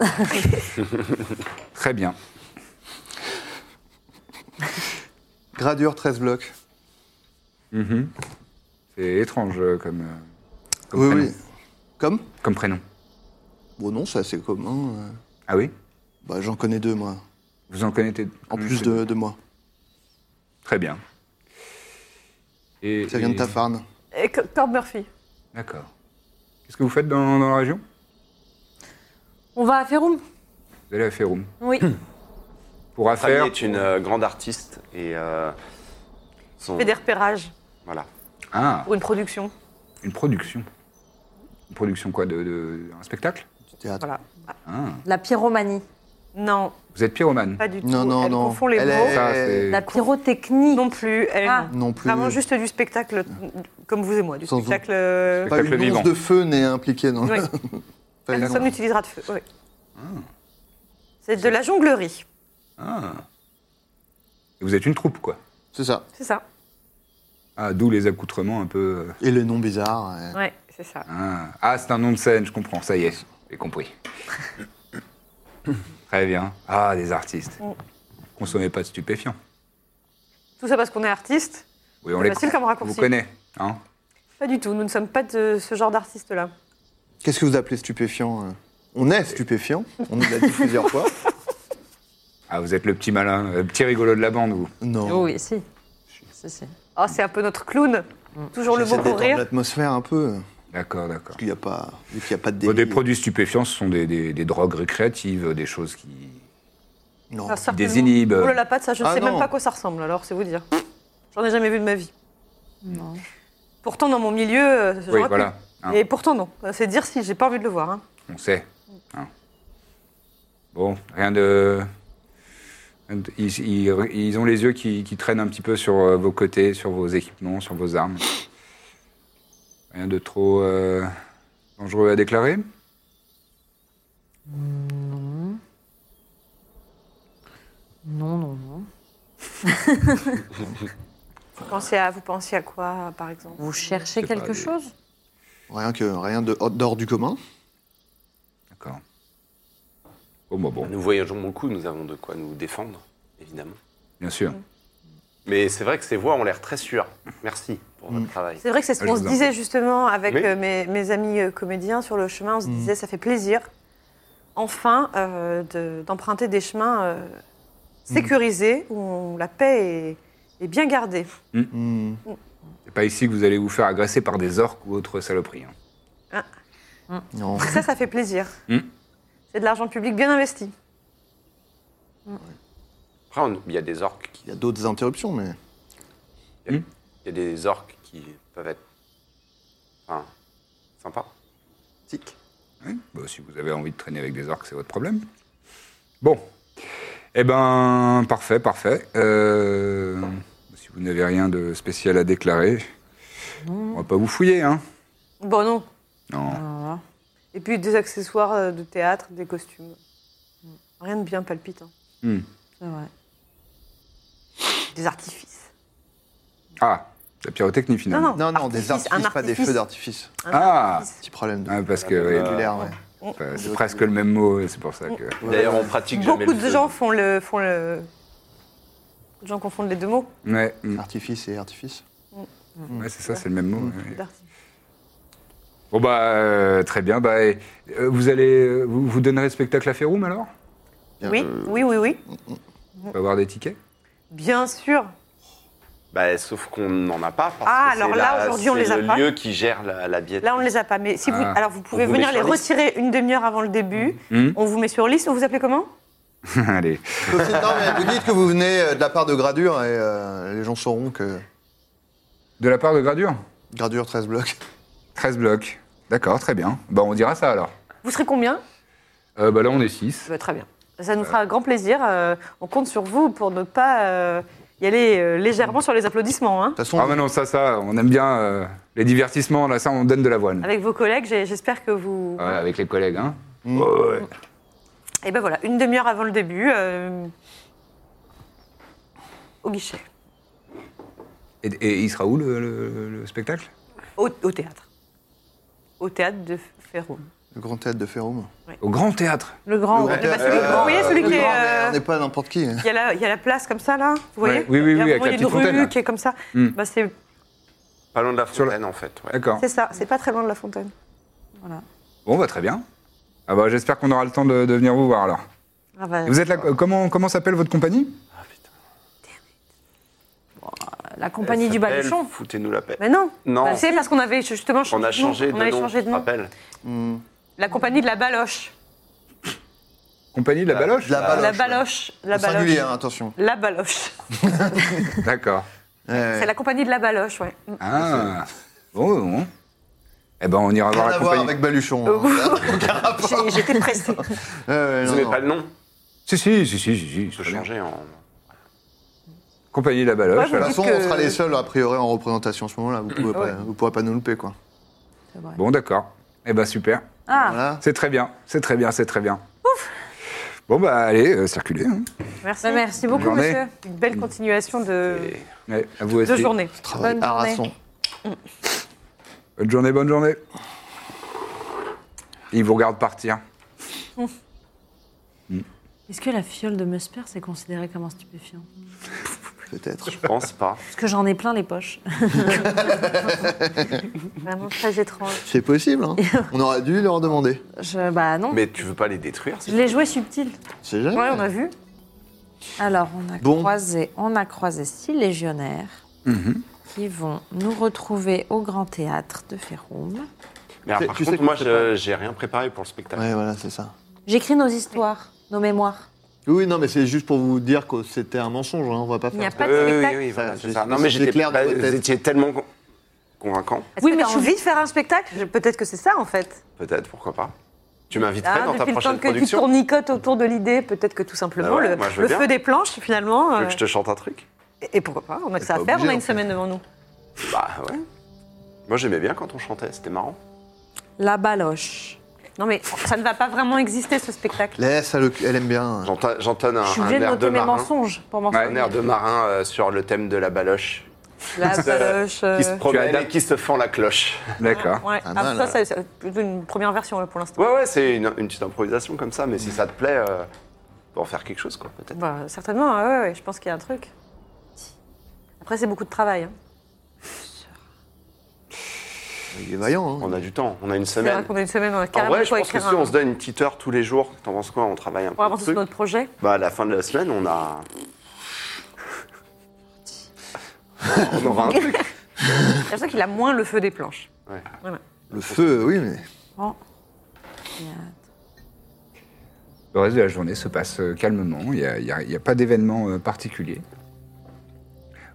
S1: Très bien.
S2: Gradure 13 blocs.
S1: C'est étrange euh, comme, euh, comme
S2: Oui,
S1: prénom.
S2: oui. Comme
S1: Comme prénom.
S2: Bon, non, ça c'est commun. euh.
S1: Ah oui
S2: Bah, j'en connais deux, moi.
S1: Vous en connaissez
S2: En plus de, de moi.
S1: Très bien. Et,
S2: Ça vient de
S1: et-
S2: ta farne.
S3: Et Co- Corb Murphy.
S1: D'accord. Qu'est-ce que vous faites dans, dans la région
S5: On va à Ferrum.
S1: Vous allez à Ferrum.
S5: Oui.
S1: Pour
S4: Fanny
S1: affaire.
S4: est une euh, grande artiste et. euh, son...
S3: Fait des repérages
S4: Voilà.
S1: Ah,
S3: pour une production.
S1: une production. Une production quoi de, de- Un spectacle
S2: Du théâtre.
S3: Voilà.
S1: Ah.
S5: La pyromanie.
S3: Non,
S1: Vous êtes pyromane
S3: pas du tout.
S2: Non, non,
S3: Elle
S2: non.
S3: confond les
S2: Elle
S3: mots.
S2: est-
S1: Ça, c'est-
S5: La pyrotechnie.
S3: Non plus. Elle,
S5: Ah.
S2: Non plus.
S3: Vraiment juste du spectacle, euh, comme vous et moi, du
S2: Sans-
S3: spectacle. euh,
S2: Pas
S1: Spectacle
S2: une once
S1: vivant.
S2: de feu n'est impliquée dans
S3: Ouais.
S2: le. Pas Ah. une
S3: Personne
S2: once.
S3: n'utilisera de feu. ouais. C'est de la jonglerie.
S1: Ah. Et Vous êtes une troupe, quoi.
S2: C'est ça.
S3: C'est ça.
S1: Ah, d'où les accoutrements un peu. euh,
S2: Et le nom bizarre. ouais.
S3: Ouais, c'est ça.
S1: Ah, Ah, c'est un nom de scène, je comprends, ça y est, j'ai compris.
S3: Mm.
S1: Très bien. Ah, des artistes. Consommez pas de stupéfiants.
S3: Tout ça parce qu'on est artiste
S1: Oui, on
S3: C'est
S1: les
S3: facile
S1: con-
S3: comme raccourci.
S1: Vous connaissez, hein
S3: Pas du tout, nous ne sommes pas de ce genre d'artistes-là.
S2: Qu'est-ce que vous appelez stupéfiant euh On est stupéfiant, on nous l'a dit plusieurs fois.
S1: Ah, vous êtes le petit malin, le petit rigolo de la bande, vous.
S2: Non.
S5: Oh Oui, si. Si, si.
S3: Ah, c'est un peu notre clown. Toujours le
S2: Mm. J'essaie
S3: beau
S2: de
S3: pour
S2: détendre
S3: rire.
S2: l'atmosphère un peu, euh,
S1: D'accord, d'accord.
S2: parce qu'il n'y a pas, vu qu'il n'y a pas de
S1: Bon,
S2: délire.
S1: Bah, des produits stupéfiants, ce sont des, des- des drogues récréatives, des choses qui
S2: Non.
S3: Ah, certainement.
S1: désinhibent.
S3: Oh là là, pas de ça, je ne
S2: Ah
S3: sais
S2: non.
S3: même pas à quoi ça ressemble, alors c'est vous dire. J'en ai jamais vu de ma vie.
S5: Non.
S3: Pourtant, dans mon milieu, euh, j'en
S1: Oui,
S3: aurais
S1: voilà.
S3: pu.
S1: hein,
S3: Et pourtant, non. Bah, C'est dire si j'ai pas envie de le voir. hein.
S1: on sait. hein. Bon, rien de. rien de- Ils, ils- ils ont les yeux qui, qui traînent un petit peu sur euh, vos côtés, sur vos équipements, sur vos armes. Rien de trop euh, dangereux à déclarer
S5: Non, non, non.
S3: Vous, pensez à, vous pensez à quoi, par exemple
S5: Vous
S1: C'est
S5: cherchez
S1: pas
S5: quelque
S1: des-
S5: chose
S2: Rien que rien de d'or du commun.
S1: D'accord. Bon, bon, bon,
S4: Nous voyageons beaucoup, nous avons de quoi nous défendre, évidemment.
S1: bien sûr.
S4: Mais c'est vrai que ces voix ont l'air très sûres. Merci pour votre travail.
S3: C'est vrai que c'est
S1: Ah,
S3: ce
S1: Je
S3: qu'on
S1: vous
S3: se
S1: en
S3: disait justement avec
S4: Oui.
S3: euh, mes, mes amis euh, comédiens sur le chemin.
S1: Mm.
S3: On se disait, ça fait plaisir, enfin, euh, de- d'emprunter des chemins euh,
S1: Mm.
S3: sécurisés où la paix est, est bien gardée.
S2: Hmm.
S1: C'est pas ici que vous allez vous faire agresser par des orques ou autres saloperies. hein.
S2: Non.
S3: Et ça, ça fait plaisir.
S1: Mm.
S3: C'est de l'argent public bien investi.
S4: Après, on- il y a des orques qui,
S2: Il y a d'autres interruptions, mais
S4: il y a des orques qui peuvent être. Enfin, sympas. Tic.
S1: Hein Bon, si vous avez envie de traîner avec des orques, c'est votre problème. Bon. Eh ben, parfait, parfait. Euh, si vous n'avez rien de spécial à déclarer, on va pas vous fouiller, hein
S3: Bon, non.
S1: Non.
S5: Ah,
S3: Et puis des accessoires euh, de théâtre, des costumes. Rien de bien palpitant.
S1: Hmm.
S5: C'est vrai.
S3: Des artifices.
S1: Ah, la pyrotechnie, finalement.
S3: Non,
S2: non, non, des
S3: artifice, un
S2: artifices, pas des
S3: artifice.
S2: feux d'artice.
S3: Un
S1: Ah.
S3: artifice.
S2: Petit problème de
S1: Ah, parce que
S4: Euh,
S1: oui,
S2: vocabulaire, ouais.
S1: euh, c'est presque le même mot, et c'est pour ça que...
S4: D'ailleurs, on pratique jamais
S3: Beaucoup
S4: le
S3: de
S4: feu.
S3: gens font le, font le. Beaucoup de gens confondent les deux mots.
S1: Ouais, mm.
S2: Artifice et artifice.
S1: Ouais, c'est ça, c'est le même mot. ouais.
S3: d'artifice.
S1: Bon, bah, euh, très bien. Bah, et, euh, vous allez... euh, Vous, vous donnerez le spectacle à Ferroum, alors
S2: Bien,
S3: Oui,
S2: euh,
S3: oui, oui, oui.
S1: On va avoir des tickets
S3: Bien sûr.
S4: Bah, sauf qu'on n'en a pas. Parce
S3: Ah,
S4: que c'est
S3: alors là,
S4: la-
S3: aujourd'hui, on
S4: c'est
S3: les a
S4: le
S3: pas.
S4: lieu qui gère la, la billetterie.
S3: Là, on ne les a pas. Mais si vous,
S1: Ah.
S3: alors, vous pouvez
S4: On vous
S3: venir
S4: met
S3: les
S4: sur liste.
S3: retirer une demi-heure avant le début.
S1: Hmm.
S3: On vous met sur liste. Vous vous appelez comment
S1: Allez.
S2: Sauf si- non, mais vous dites que vous venez euh, de la part de Gradure et euh, les gens sauront que
S1: De la part de Gradure
S2: Gradure 13 blocs.
S1: 13 blocs. D'accord, très bien. Bah, on dira ça alors.
S3: Vous serez combien
S1: Euh, bah, là, on est 6.
S3: Bah, Très bien. Ça nous fera un grand plaisir. Euh, on compte sur vous pour ne pas euh, y aller euh, légèrement sur les applaudissements. hein.
S2: De toute façon,
S1: Ah, mais non, ça, ça, on aime bien euh, les divertissements. Là, ça, on donne de l'avoine.
S3: Avec vos collègues, j'ai- j'espère que vous.
S1: Ouais, avec les collègues, hein.
S2: Mm.
S1: Ouais, ouais.
S3: Et ben voilà, une demi-heure avant le début. euh, Au guichet,
S1: Et, et il sera où le, le- le spectacle
S3: au, au théâtre. Au théâtre de Ferron.
S2: le grand théâtre de Ferrum.
S1: Au grand théâtre.
S5: Le grand.
S3: grand- bah, celui- vous voyez, celui qui est, euh,
S2: On n'est pas n'importe qui. hein.
S3: Il y, a la, il y a la place comme ça, là, vous voyez
S1: Ouais, oui, oui,
S3: Il y a un
S1: oui, avec
S3: moment,
S1: la
S3: il y a
S1: petite
S3: une
S1: fontaine, là.
S3: rue qui est comme ça.
S1: Hmm.
S3: Bah, c'est
S4: Pas loin de la fontaine, en fait. ouais.
S1: D'accord.
S3: c'est ça, c'est pas très loin de la fontaine.
S5: Voilà.
S1: Bon, bah, très bien. Ah, bah, j'espère qu'on aura le temps de, de venir vous voir alors.
S3: Ah bah,
S1: Et vous êtes là. Comment, comment s'appelle votre compagnie
S4: Ah, putain.
S5: La compagnie
S4: Elle
S5: du
S4: s'appelle
S5: baluchon.
S4: Foutez-nous la paix.
S3: Mais non
S4: Non.
S3: Bah, C'est parce qu'on avait justement changé
S4: On a
S3: de nom.
S4: changé de
S3: On avait
S4: nom,
S3: changé de
S4: je
S3: nom.
S4: rappelle.
S2: Mm.
S3: La compagnie de la baloche.
S1: Compagnie de la Baloche
S2: De la baloche.
S3: la
S2: ouais.
S3: baloche. La
S2: Au
S3: baloche.
S2: Singulier, hein, attention.
S3: La baloche.
S1: Ah, D'accord.
S3: C'est la compagnie de la baloche, ouais.
S1: Ah, bon, bon. Eh ben, on ira
S2: Rien
S1: voir
S2: à
S1: la
S2: voir
S1: compagnie.
S2: avec Baluchon.
S3: Euh,
S2: hein.
S3: J'ai- J'étais pressée.
S2: Ouais, ouais,
S4: Vous
S2: non,
S4: n'avez
S2: non.
S4: pas le nom
S1: Si, si, si, si, si.
S4: Il faut
S1: très bien.
S4: changer en.
S1: Compagnie de la
S3: Ouais,
S1: Baloche.
S3: vous
S2: De
S1: alors.
S2: toute façon,
S3: que-
S2: on sera les seuls, a priori, en représentation à ce moment-là. Vous ne
S3: Ouais.
S2: pourrez pas nous louper, quoi.
S5: C'est vrai.
S1: Bon, d'accord. Eh ben, super.
S5: Ah,
S2: Voilà.
S1: C'est très bien, c'est très bien, c'est très bien. Bon, bah allez, euh, circulez. hein.
S3: Merci.
S5: bah, merci beaucoup,
S1: journée.
S5: monsieur.
S3: Une belle continuation de,
S4: Et-
S1: Ouais, à vous aussi.
S3: de journée.
S2: Travail
S5: Bonne
S2: à
S5: journée.
S2: Rasson.
S1: Bonne journée, bonne journée. Ils vous regardent partir.
S5: Est-ce que la fiole de Musper, c'est considéré comme un stupéfiant
S2: peut-être.
S4: Je pense pas.
S5: Parce que j'en ai plein les poches.
S3: Vraiment très étrange.
S2: C'est possible, hein. On aurait dû leur demander.
S5: Je, bah non.
S4: Mais tu veux pas les détruire c'est
S5: Je l'ai joué subtil.
S2: C'est jamais.
S3: Ouais, on a vu.
S5: Alors, on a,
S2: Bon.
S5: croisé, on a croisé six légionnaires
S4: Mhm.
S5: qui vont nous retrouver au Grand Théâtre de Féroum.
S4: Mais alors,
S2: Tu-
S4: par
S2: tu sais
S4: contre,
S2: qu'on
S4: moi,
S2: sait
S4: je- j'ai rien préparé pour le spectacle.
S2: Ouais, voilà, c'est ça.
S5: J'écris nos histoires, nos mémoires.
S2: Oui, non, mais c'est juste pour vous dire que c'était un mensonge, hein, on va pas
S3: Il n'y a
S2: faire.
S3: pas de
S4: Ah, Oui, oui,
S3: spectacle.
S4: oui, oui, voilà,
S2: Ça,
S4: c'est
S2: c'est-
S4: ça. Non,
S2: c'est
S4: mais j'étais
S2: clair dans
S4: bah,
S2: votre
S4: vous
S2: tête.
S4: étiez tellement con- convaincant.
S3: Est-ce
S5: Oui,
S3: que
S5: mais
S3: t'as
S5: je suis-
S3: envie de faire un spectacle Peut-être que c'est ça en fait.
S4: Peut-être, pourquoi pas. Tu m'inviterais
S3: Ah,
S4: dans ta
S3: depuis le temps
S4: prochaine
S3: que tu
S4: production
S3: tournicotes autour de l'idée, peut-être que tout simplement
S4: Bah ouais,
S3: le,
S4: moi, je veux
S3: le
S4: bien.
S3: feu des planches finalement.
S4: Tu veux
S3: euh,
S4: que je te chante un truc
S3: et, et pourquoi pas On a que ça à
S2: pas
S3: faire, on
S2: obligé,
S3: a une
S2: en fait.
S3: semaine devant nous.
S4: Bah ouais. Moi, j'aimais bien quand on chantait, c'était marrant.
S5: La baloche.
S3: Non mais ça ne va pas vraiment exister ce spectacle.
S2: Laisse, elle, elle aime bien.
S4: J'enta- J'entonne Ah, un,
S5: Je suis
S4: un
S5: obligée de
S4: air de
S5: noter mes
S4: marin.
S5: mensonges pour m'en
S1: Ouais.
S4: Un air de marin euh, sur le thème de la baloche.
S3: La
S4: se-
S3: baloche.
S4: Qui se
S3: euh,
S4: promène
S1: adaptes.
S4: et qui se fend la cloche.
S1: D'accord.
S3: Ouais.
S2: Pas
S3: Ah,
S2: mal,
S3: ça,
S2: hein.
S3: ça, c'est plutôt une première version là, pour l'instant.
S4: Ouais, ouais, c'est une, une petite improvisation comme ça, mais si ça te plaît, euh, on peut en faire quelque chose, quoi, peut-être.
S3: Bah, certainement, ah ouais, ouais, je pense qu'il y a un truc. Après, c'est beaucoup de travail. hein.
S2: Il est vaillant, hein.
S4: On a du temps, on a une
S3: C'est vrai
S4: semaine.
S3: qu'on a une semaine, on a
S4: En
S3: carrément
S4: vrai, je
S3: quoi
S4: pense que
S3: écrire
S4: si
S3: un-
S4: on se donne une petite heure tous les jours, t'en penses quoi On travaille un peu.
S3: pour
S4: le
S3: avancer sur
S4: truc.
S3: notre projet.
S4: Bah, à la fin de la semaine, on a. on aura un truc.
S3: C'est pour ça qu'il a moins le feu des planches.
S4: Ouais.
S2: Le feu, oui, mais.
S5: prends.
S1: Le reste de la journée se passe euh, calmement, il n'y a, il y a- il y a pas d'événement euh, particulier.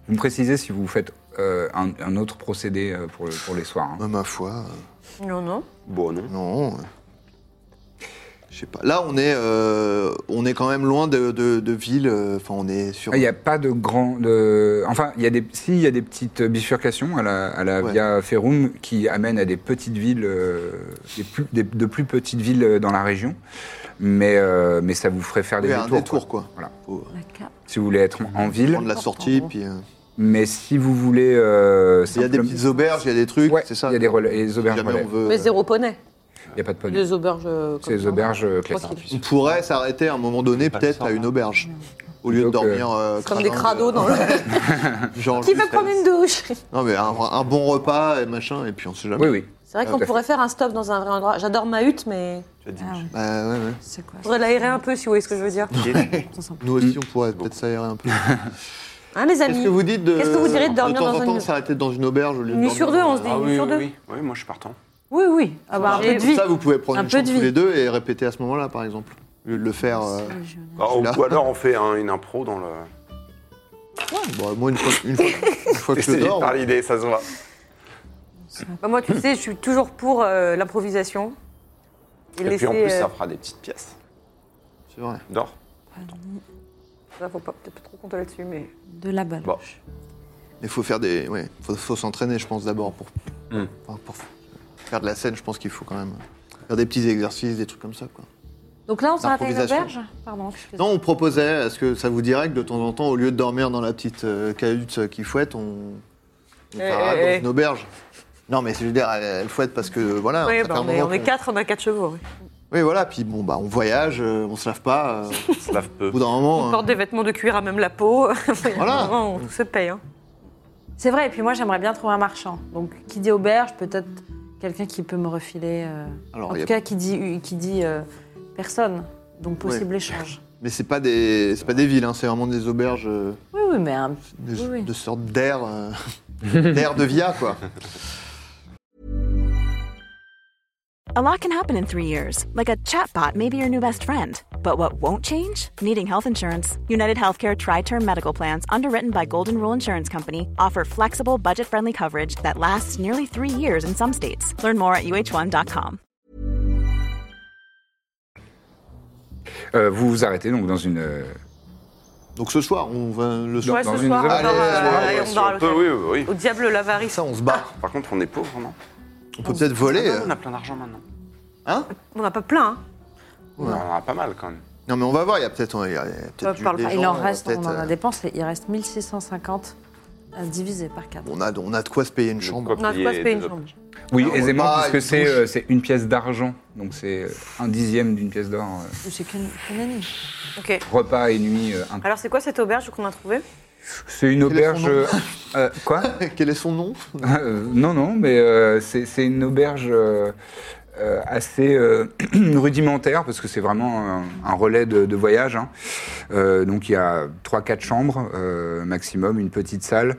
S1: Vous me précisez si vous faites euh, un, un autre procédé euh, pour, le- pour les soirs. hein.
S2: Bah, ma foi. euh,
S3: Non, non.
S4: Bon, non.
S2: Non. euh, Je sais pas. Là, on est, euh, on est quand même loin de, de, de ville. euh, Enfin, on est sur.
S1: Ah, Il n'y a pas de grand. de- Enfin, il y a des... si, il y a des petites bifurcations à la, à la
S2: Ouais.
S1: Via Ferrum qui amènent à des petites villes, euh, des plus- des- de plus petites villes euh, dans la région. Mais, euh, mais ça vous ferait faire des
S2: Ouais,
S1: détours.
S2: un détour, Mmh. quoi.
S1: Voilà.
S2: Faut
S5: La cape.
S1: Si vous voulez être en- en ville.
S2: prendre la sortie, puis. euh,
S1: Mais si vous voulez. euh,
S2: Il y a des
S1: simplement-
S2: petites auberges, il y a des trucs,
S1: Ouais,
S2: c'est ça.
S1: Il y a des relais- les
S2: Si
S1: auberges
S2: jamais
S1: relais.
S2: on veut.
S3: Mais zéro poney.
S1: Il n'y a pas de poney.
S5: Deux auberges. euh,
S1: C'est les
S5: comme ça.
S1: auberges classiques.
S5: Tranquille.
S2: On pourrait s'arrêter à un moment donné,
S4: Pas le
S2: peut-être
S4: sort,
S2: à une
S4: hein.
S2: auberge. Au lieu de
S1: Plutôt que-
S2: dormir. euh,
S3: Comme des
S2: cravate,
S3: crados dans le...
S2: euh, genre
S5: Qui veut
S2: juste,
S5: prendre
S2: euh,
S5: une douche
S2: Non, mais un, un bon repas et machin, et puis on sait jamais.
S1: Oui, oui.
S3: C'est vrai
S1: Ah,
S3: qu'on
S1: tout à
S3: pourrait faire un stop dans un vrai endroit. J'adore ma hutte, mais
S4: Tu as dit.
S5: Ah ouais,
S2: Bah, ouais, ouais.
S5: C'est quoi
S3: on pourrait l'aérer un peu, si vous voyez ce que je veux dire.
S5: ça sent pas.
S2: Nous aussi, on pourrait peut-être s'aérer un peu.
S3: Hein, les
S2: Qu'est-ce
S3: amis
S2: que vous dites de.
S3: Qu'est-ce que vous direz de dormir
S2: temps en
S3: dans une-
S2: temps, s'arrêter dans une auberge au lieu de
S3: Une nuit
S2: dormir
S3: sur deux,
S2: dans-
S3: on se dit
S4: Ah
S3: une
S4: oui,
S3: nuit sur
S4: oui,
S3: deux.
S4: oui. Oui, moi, je suis partant.
S5: Oui, oui. Ah bah, un peu de
S2: Comme
S5: vie.
S2: Ça, vous pouvez prendre
S5: Un
S2: une
S5: peu
S2: chambre
S5: de
S2: tous
S5: vie.
S2: les deux et répéter à ce moment-là, par exemple. Au lieu de le faire. euh,
S4: Ah, ou,
S2: là.
S4: ou alors, on fait un- une impro dans le.
S2: bon, moi, une fois, une fois- une fois que je
S4: Essayez
S2: dors.
S4: par l'idée, ça se voit.
S3: Bah, moi, tu sais, je suis toujours pour euh, l'improvisation. Et,
S4: Et
S3: laisser...
S4: puis, en plus,
S3: euh,
S4: ça fera des petites pièces.
S2: C'est vrai.
S4: Dors.
S3: bah, faut pas peut-être pas trop compter là-dessus, mais...
S5: De la baloche.
S4: Bon.
S2: Mais faut faire des. Ouais, faut, faut s'entraîner, je pense, d'abord. Pour,
S4: Hmm.
S2: enfin, pour faire de la scène, je pense qu'il faut quand même faire des petits exercices, des trucs comme ça, quoi.
S5: Donc là, on s'arrête à une
S2: L'improvisation.
S5: auberge Pardon. excusez-moi.
S2: Non, on proposait, est-ce que ça vous dirait que de temps en temps, au lieu de dormir dans la petite euh, cahute euh, qui fouette, on, on
S3: Eh,
S2: s'arrête
S3: eh,
S2: dans
S3: eh.
S2: une auberge Non, mais je veux dire, elle, elle fouette parce que euh, voilà.
S3: Oui,
S2: ça
S3: bah,
S2: fait un
S3: on, est,
S2: moment
S3: on est
S2: qu'on-
S3: quatre, on a quatre chevaux. Oui.
S2: Oui, voilà, puis bon, bah on voyage, euh, on se lave pas. euh,
S4: On se lave peu.
S2: au bout d'un
S3: On
S2: moment. euh,
S3: porte des vêtements de cuir à même la peau.
S2: Voilà.
S3: Vraiment, on- tout se paye. hein.
S5: C'est vrai, et puis moi j'aimerais bien trouver un marchand. Donc qui dit auberge, peut-être quelqu'un qui peut me refiler. euh,
S2: Alors,
S5: en
S2: il y
S5: tout
S2: a-
S5: cas, qui dit, qui dit euh, personne. Donc possible échange.
S2: Mais c'est pas des, c'est pas des villes, hein, c'est vraiment des auberges, euh,
S5: Oui, oui, mais un-
S2: des,
S5: Oui, oui.
S2: de sorte d'air, euh, d'air de via quoi.
S6: A lot can happen in three years, like a chatbot may be your new best friend. But what won't change? Needing health insurance. United Healthcare Tri Term Medical Plans, underwritten by Golden Rule Insurance Company, offer flexible, budget friendly coverage that lasts nearly three years in some states. Learn more at uh1.com.
S1: Euh, vous vous arrêtez donc dans une. euh,
S2: Donc ce soir, on va le soir.
S3: Ouais,
S1: dans
S3: ce
S1: une
S3: soir, on
S1: zone-
S2: Allez,
S3: dort, euh,
S4: Ouais,
S3: on
S4: si
S3: dort à
S4: on peut,
S3: l'hôtel.
S4: oui, oui, oui.
S3: Au diable l'avarice.
S2: Ça, on se barre.
S4: Par contre, on est pauvre, non
S2: On peut peut-être voler.
S4: Ah non,
S2: euh,
S4: On a plein d'argent maintenant.
S2: Hein
S3: On n'a pas plein. hein.
S4: On en a pas mal quand même.
S2: Non, mais on va voir. Il y a peut-être, il y a- il y a peut-être
S3: Ouais,
S2: du-
S3: parle
S2: des
S3: pas,
S2: gens,
S5: Ah, il en
S2: euh,
S5: reste, on
S2: peut-être,
S5: en a
S2: euh,
S5: dépensé. Il reste 1650 euh, divisé par 4.
S2: On a, on a de quoi se payer une chambre.
S4: Quoi
S3: On a de quoi
S4: payer
S3: se payer une
S4: des
S3: chambre.
S1: Oui,
S2: Alors,
S1: aisément,
S2: bah,
S1: puisque
S2: une
S1: c'est
S2: douche.
S1: euh, c'est une pièce d'argent, donc c'est euh, un dixième d'une pièce d'or. euh,
S5: C'est qu'une qu'une année.
S3: Ok.
S1: repas et nuit. euh, un-
S3: Alors, c'est quoi cette auberge qu'on a trouvée
S1: C'est une
S2: Quel est son
S1: auberge.
S2: nom
S1: euh, quoi
S2: Quel est son nom
S1: Euh, Non, non, mais euh, c'est c'est une auberge euh, euh, assez euh, rudimentaire parce que c'est vraiment un, un relais de, de voyage. hein. Euh, donc il y a 3-4 chambres euh, maximum, une petite salle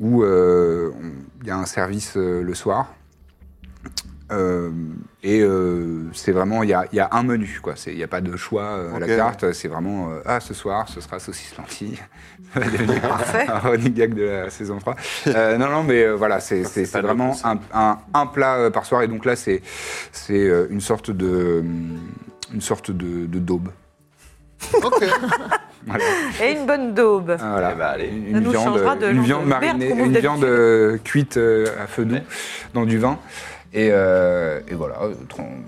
S1: où euh, on- il y a un service euh, le soir. Euh, et euh, c'est vraiment, il y a, il y a un menu, quoi. C'est- Il n'y a pas de choix euh, à la
S2: Ok.
S1: carte. C'est vraiment, euh, ah, ce soir, ce sera saucisse lentille. Ça va devenir
S3: Parfait.
S1: un running gag de la saison 3. Euh, non, non, mais euh, voilà, c'est c'est-
S4: C'est pas
S1: c'est vraiment
S4: le
S1: un, un- un plat euh, par soir. Et donc là, c'est c'est, euh, une sorte de. hum, Une sorte de, de daube.
S2: Ok.
S3: Et une bonne daube.
S1: Ah, Voilà.
S4: Eh ben, allez.
S1: Une,
S3: Ça
S1: une
S3: nous
S1: viande, euh,
S3: changera de
S1: une
S3: genre
S1: viande
S3: de merde
S1: marinée,
S3: qu'on bouffe
S1: une viande
S3: d'habitude.
S1: euh, cuite euh, à feu doux dans du vin. Et, euh, et voilà, euh, tron-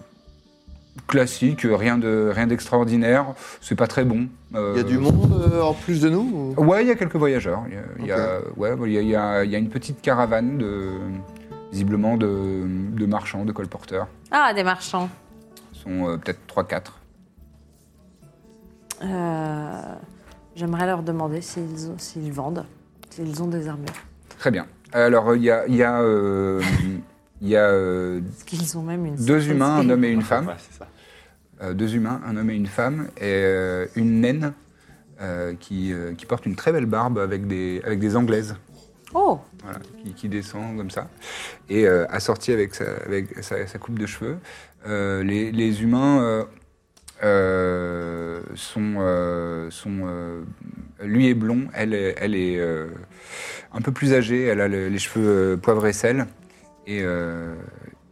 S1: classique, euh, rien de rien d'extraordinaire. C'est pas très bon.
S2: Il y a du monde euh, en plus de nous ou-
S1: Ouais, il y a quelques voyageurs. Il y a- il y a, ouais, il y a- il y a- il y a une petite caravane de visiblement de, de marchands, de colporteurs.
S5: Ah, des marchands.
S1: Ils sont euh, peut-être 3-4.
S5: Euh, J'aimerais leur demander s'ils ont- s'ils vendent, s'ils ont des armures.
S1: Très bien. Alors il y a il y a, euh, il y a, euh,
S5: Est-ce qu'ils ont même une.
S1: deux humains, un homme et une femme.
S4: Ouais, c'est ça.
S1: Euh, deux humains, un homme et une femme, et euh, une naine euh, qui, euh, qui porte une très belle barbe avec des, avec des anglaises,
S5: Oh
S1: voilà, qui, qui descend comme ça, et euh, assortie avec sa, avec sa, sa coupe de cheveux. Euh, les, les humains euh, euh, sont... euh, sont euh, lui est blond, elle est, elle est euh, un peu plus âgée, elle a le- les cheveux euh, poivre et sel, et, euh,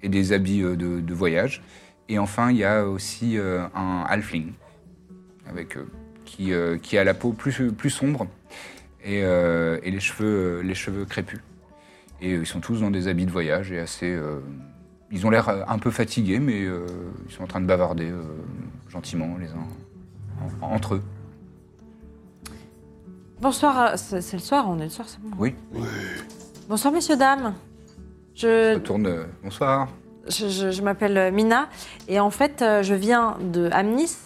S1: et des habits euh, de, de voyage. Et enfin, il y a aussi euh, un halfling avec euh, qui, euh, qui a la peau plus, plus sombre et, euh, et les, cheveux, euh, les cheveux crépus. Et euh, ils sont tous dans des habits de voyage et assez. euh, ils ont l'air euh, un peu fatigués, mais euh, ils sont en train de bavarder euh, gentiment les uns en- entre eux.
S5: Bonsoir, euh, c'est c'est le soir, on est le soir, c'est bon.
S1: Oui.
S5: Bonsoir, messieurs, dames. Je,
S1: Retourne. euh, Bonsoir.
S5: je, je- je m'appelle euh, Mina et en fait, euh, je viens de Amnis.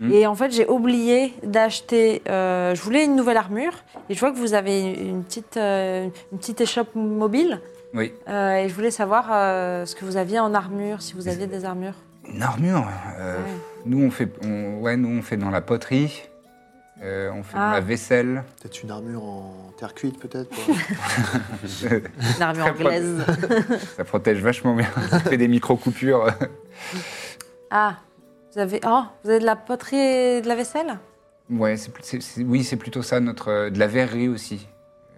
S1: Hmm.
S5: Et en fait, j'ai oublié d'acheter. euh, je voulais une nouvelle armure et je vois que vous avez une petite, euh, une petite échoppe mobile.
S1: Oui.
S5: Euh, et je voulais savoir euh, ce que vous aviez en armure, si vous aviez des armures.
S1: Une armure. euh,
S5: Ouais.
S1: Nous, on fait, on- ouais, nous, on fait dans la poterie, euh, on fait dans
S5: Ah.
S1: la vaisselle.
S2: Peut-être une armure en terre cuite, peut-être quoi.
S5: Une armure
S1: Très propre.
S5: anglaise.
S1: Ça protège vachement bien. Ça fait des micro-coupures.
S5: Ah, vous avez, oh, vous avez de la poterie et de la vaisselle
S1: Ouais, c'est plus- c'est- c'est- oui, c'est plutôt ça, notre, euh, de la verrerie aussi.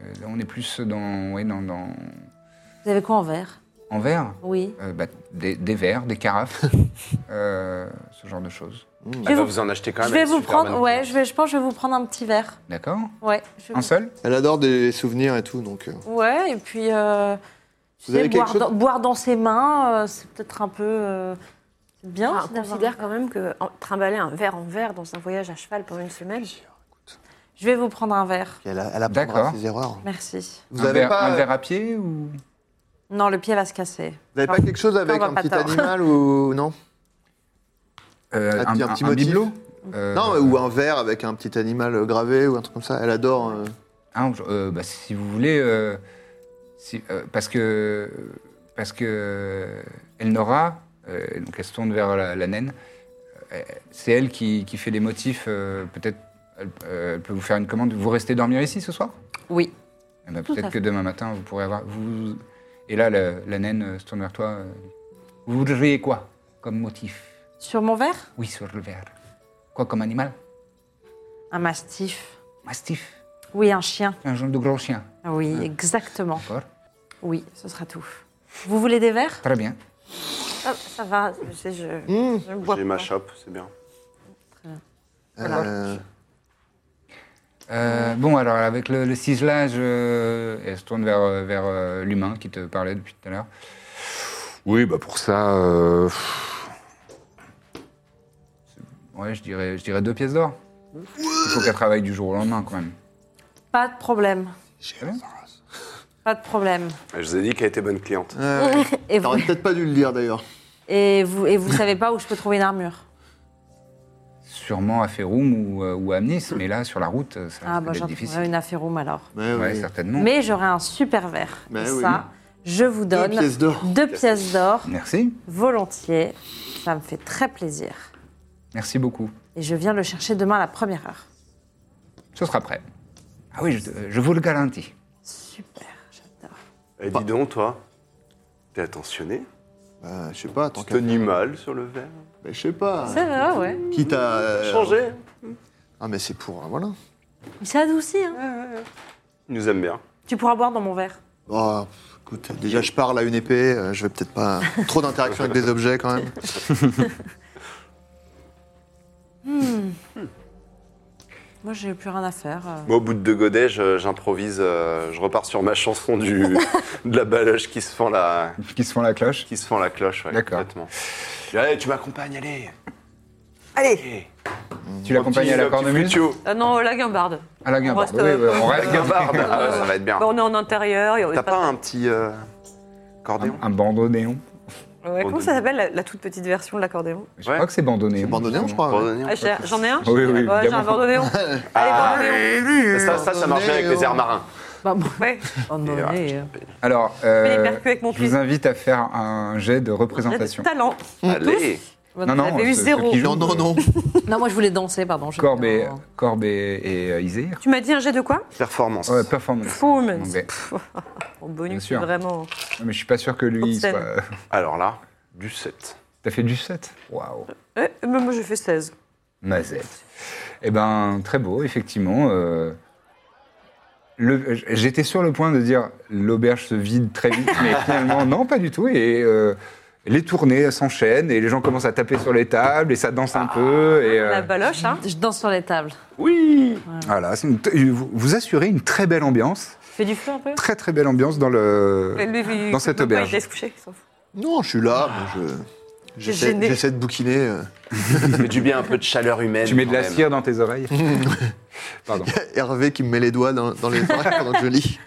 S1: Euh, on est plus dans, ouais, dans, dans-
S5: Vous avez quoi en verre
S1: en verre,
S5: Oui.
S1: Euh, bah, des, des verres, des carafes, euh, ce genre de choses.
S4: Ah bah, vous en achetez quand
S5: Je
S4: même.
S5: vais
S4: elle est
S5: vous
S4: super
S5: prendre,
S4: bonne.
S5: ouais, je, vais, je pense que je vais vous prendre un petit verre.
S1: D'accord
S5: Ouais. je-
S1: Un seul
S2: Elle adore des souvenirs et tout, donc. euh,
S5: Ouais, et puis. euh, tu
S2: Vous avez
S5: sais,
S2: quelque
S5: boire,
S2: chose
S5: dans, boire dans ses mains, euh, c'est peut-être un peu. euh, c'est bien.
S3: Ah,
S5: c'est
S3: on
S5: d'avoir-
S3: considère quand même que en- trimballer un verre en verre dans un voyage à cheval pendant une semaine.
S5: Je vais vous prendre un verre.
S2: Elle, a- elle apprendra
S1: D'accord.
S2: ses erreurs.
S5: Merci.
S2: Vous
S1: un,
S2: n'avez
S1: verre,
S2: pas,
S1: un verre à pied ou
S5: Non, le pied va se casser.
S2: vous avez pas quelque chose avec
S5: va
S2: un
S5: pas
S2: petit
S5: tort.
S2: animal ou non
S1: Euh,
S2: Ah, puis un petit motif.
S1: bibelot Euh,
S2: Non, ou un verre avec un petit animal gravé ou un truc comme ça. Elle adore. euh,
S1: Ah, je- euh, bah, si vous voulez, euh, si- euh, parce que parce que euh, Elnora, euh, donc elle se tourne vers la, la naine. euh, C'est elle qui, qui fait les motifs. euh, peut-être elle, euh, elle peut vous faire une commande. Vous restez dormir ici ce soir
S5: Oui.
S1: Eh ben,
S5: Tout à
S1: Peut-être que
S5: fait.
S1: demain matin vous pourrez avoir. Vous, et là, la, la naine euh, se tourne vers toi. euh, vous voudriez quoi comme motif
S5: Sur mon verre
S1: Oui, sur le verre. Quoi comme animal
S5: Un mastif.
S1: Mastiff,
S5: Oui, un chien.
S1: un genre de gros chien.
S5: Oui, exactement.
S1: D'accord
S5: Oui, ce sera tout. Vous voulez des verres
S1: Très bien.
S3: Ah, ça va, je sais, je, je bois
S4: J'ai
S3: pas.
S4: ma chope, c'est bien.
S2: euh,
S1: Euh, bon, alors avec le, le ciselage, euh, elle se tourne vers, euh, vers euh, l'humain qui te parlait depuis tout à l'heure. Oui, bah pour ça, euh, pff, c'est- ouais, je dirais, je dirais deux pièces d'or. Il faut qu'elle travaille du jour au lendemain quand même.
S5: Pas de problème.
S1: Très bien.
S5: Pas de problème.
S4: Je vous ai dit qu'elle était bonne cliente.
S2: euh,
S5: Et vous,
S2: T'aurais peut-être pas dû le dire d'ailleurs.
S5: et vous, et vous savez pas où je peux trouver une armure
S1: sûrement à Ferrum ou, euh, ou à Amnis, mais là, sur la route, euh, ça
S5: Ah,
S1: risque
S5: bah,
S1: d'être
S5: j'en
S1: difficile.
S5: trouverai une affaire alors.
S2: Mais
S1: Ouais,
S2: oui.
S1: certainement.
S5: Mais j'aurai un super verre.
S2: Bah
S5: Et
S2: oui.
S5: ça, je vous
S2: Deux
S5: donne
S2: pièces d'or.
S5: deux pièces d'or,
S1: Merci,
S5: volontiers. Ça me fait très plaisir.
S1: merci beaucoup.
S5: Et je viens le chercher demain à la première heure.
S1: Ce sera prêt. Ah oui, je, euh, je vous le garantis.
S5: Super, j'adore.
S4: Eh, dis donc, toi, t'es attentionné
S2: Bah, je sais pas, tant
S4: Tu
S2: qu'à.
S4: te nies mal sur le verre
S2: Bah, je sais pas.
S5: C'est vrai, ouais.
S2: Quitte à. euh,
S4: Changé
S2: Ah, mais c'est pour. euh, Voilà.
S5: Il s'est adouci, hein.
S4: Il nous aime bien.
S5: Tu pourras boire dans mon verre.
S2: Oh, pff, écoute, déjà, je parle à une épée. euh, je vais peut-être pas. Trop d'interaction avec des objets quand même.
S5: Moi, j'ai plus rien à faire. euh.
S4: Moi, au bout de deux godets, je- j'improvise, euh, je repars sur ma chanson du, de la baloche qui se fend la,
S1: Qui se font la cloche
S4: qui se fend la cloche. ouais,
S1: D'accord.
S4: complètement. Je dis, Allez, tu m'accompagnes, allez.
S3: Allez
S4: Allez.
S1: Tu l'accompagnes à la
S4: Petit- petit
S1: cornemuse
S4: flutio.
S3: Euh, Non, la guimbarde.
S1: À la guimbarde.
S3: On reste, euh,
S1: Oui, oui, on reste
S4: Gabarde. Ah ouais, Ça va être bien.
S3: Bon, on est en intérieur. il y aurait
S4: T'as
S3: pas-
S4: pas un petit euh, accordéon
S1: Un bandoneon.
S3: Ouais, comment ça s'appelle la, la toute petite version de l'accordéon
S1: Je
S4: Ouais.
S1: crois que c'est bandoneon.
S2: C'est bandoneon, je crois. ouais.
S4: Accordéon,
S3: Ah, j'ai- J'en ai un
S1: Oui, oui,
S3: Ouais, J'ai un
S1: évidemment.
S3: bandoneon.
S4: Ah,
S3: Allez,
S4: Ça, ça, ça marchait avec les airs marins.
S5: Bah, bon.
S3: bandoneon. Ouais.
S5: Oh, non,
S4: Et, ah,
S5: mais,
S4: je
S5: euh,
S1: Alors,
S3: les
S1: euh,
S3: percus avec mon Ah,
S1: je
S3: pied.
S1: vous invite à faire un jet de
S3: J'ai du
S1: représentation.
S3: talent.
S4: Allez.
S5: on avait eu
S1: ceux-
S5: zéro.
S1: ceux qui
S2: Non,
S1: jouent,
S2: non,
S1: euh,
S2: non.
S5: Non, moi, je voulais danser, pardon. j'étais
S1: Corbe et,
S5: en-
S1: Corbe et, et, euh, Isir.
S3: Tu m'as dit un jet de quoi
S4: Performance.
S1: Ouais, performance.
S3: Performance.
S1: Ok.
S3: Pff, En
S1: Bien
S3: bonus,
S1: sûr.
S3: vraiment.
S1: Non, Mais je suis pas sûr que lui il
S3: Obscène.
S1: soit.
S4: Alors là, du 7.
S1: T'as fait du 7 Waouh
S3: Euh, mais moi, je fais 16.
S1: Mazette. Eh ben, très beau, effectivement. euh, le- J'étais sur le point de dire l'auberge se vide très vite, mais finalement, non, pas du tout. Et euh, les tournées s'enchaînent et les gens commencent à taper sur les tables et ça danse un peu. Et, euh,
S3: La baloche, hein
S5: Ah. Je danse sur les tables.
S4: Oui
S1: voilà, c'est une t- vous, vous assurez une très belle ambiance.
S5: Tu fais du feu un peu
S1: Très, très belle ambiance dans le.
S3: Lui, il-
S1: Dans cette
S3: il-
S1: auberge.
S3: Il laisse coucher, il s'en fout.
S2: Non, je suis là. mais je. J'essaie
S3: gêné.
S2: j'essaie de bouquiner. euh.
S4: Fais du bien un peu de chaleur humaine.
S1: Tu mets de
S4: quand
S1: la
S4: même.
S1: cire dans tes oreilles Pardon.
S2: Hervé qui me met les doigts dans, dans les oreilles pendant que je lis.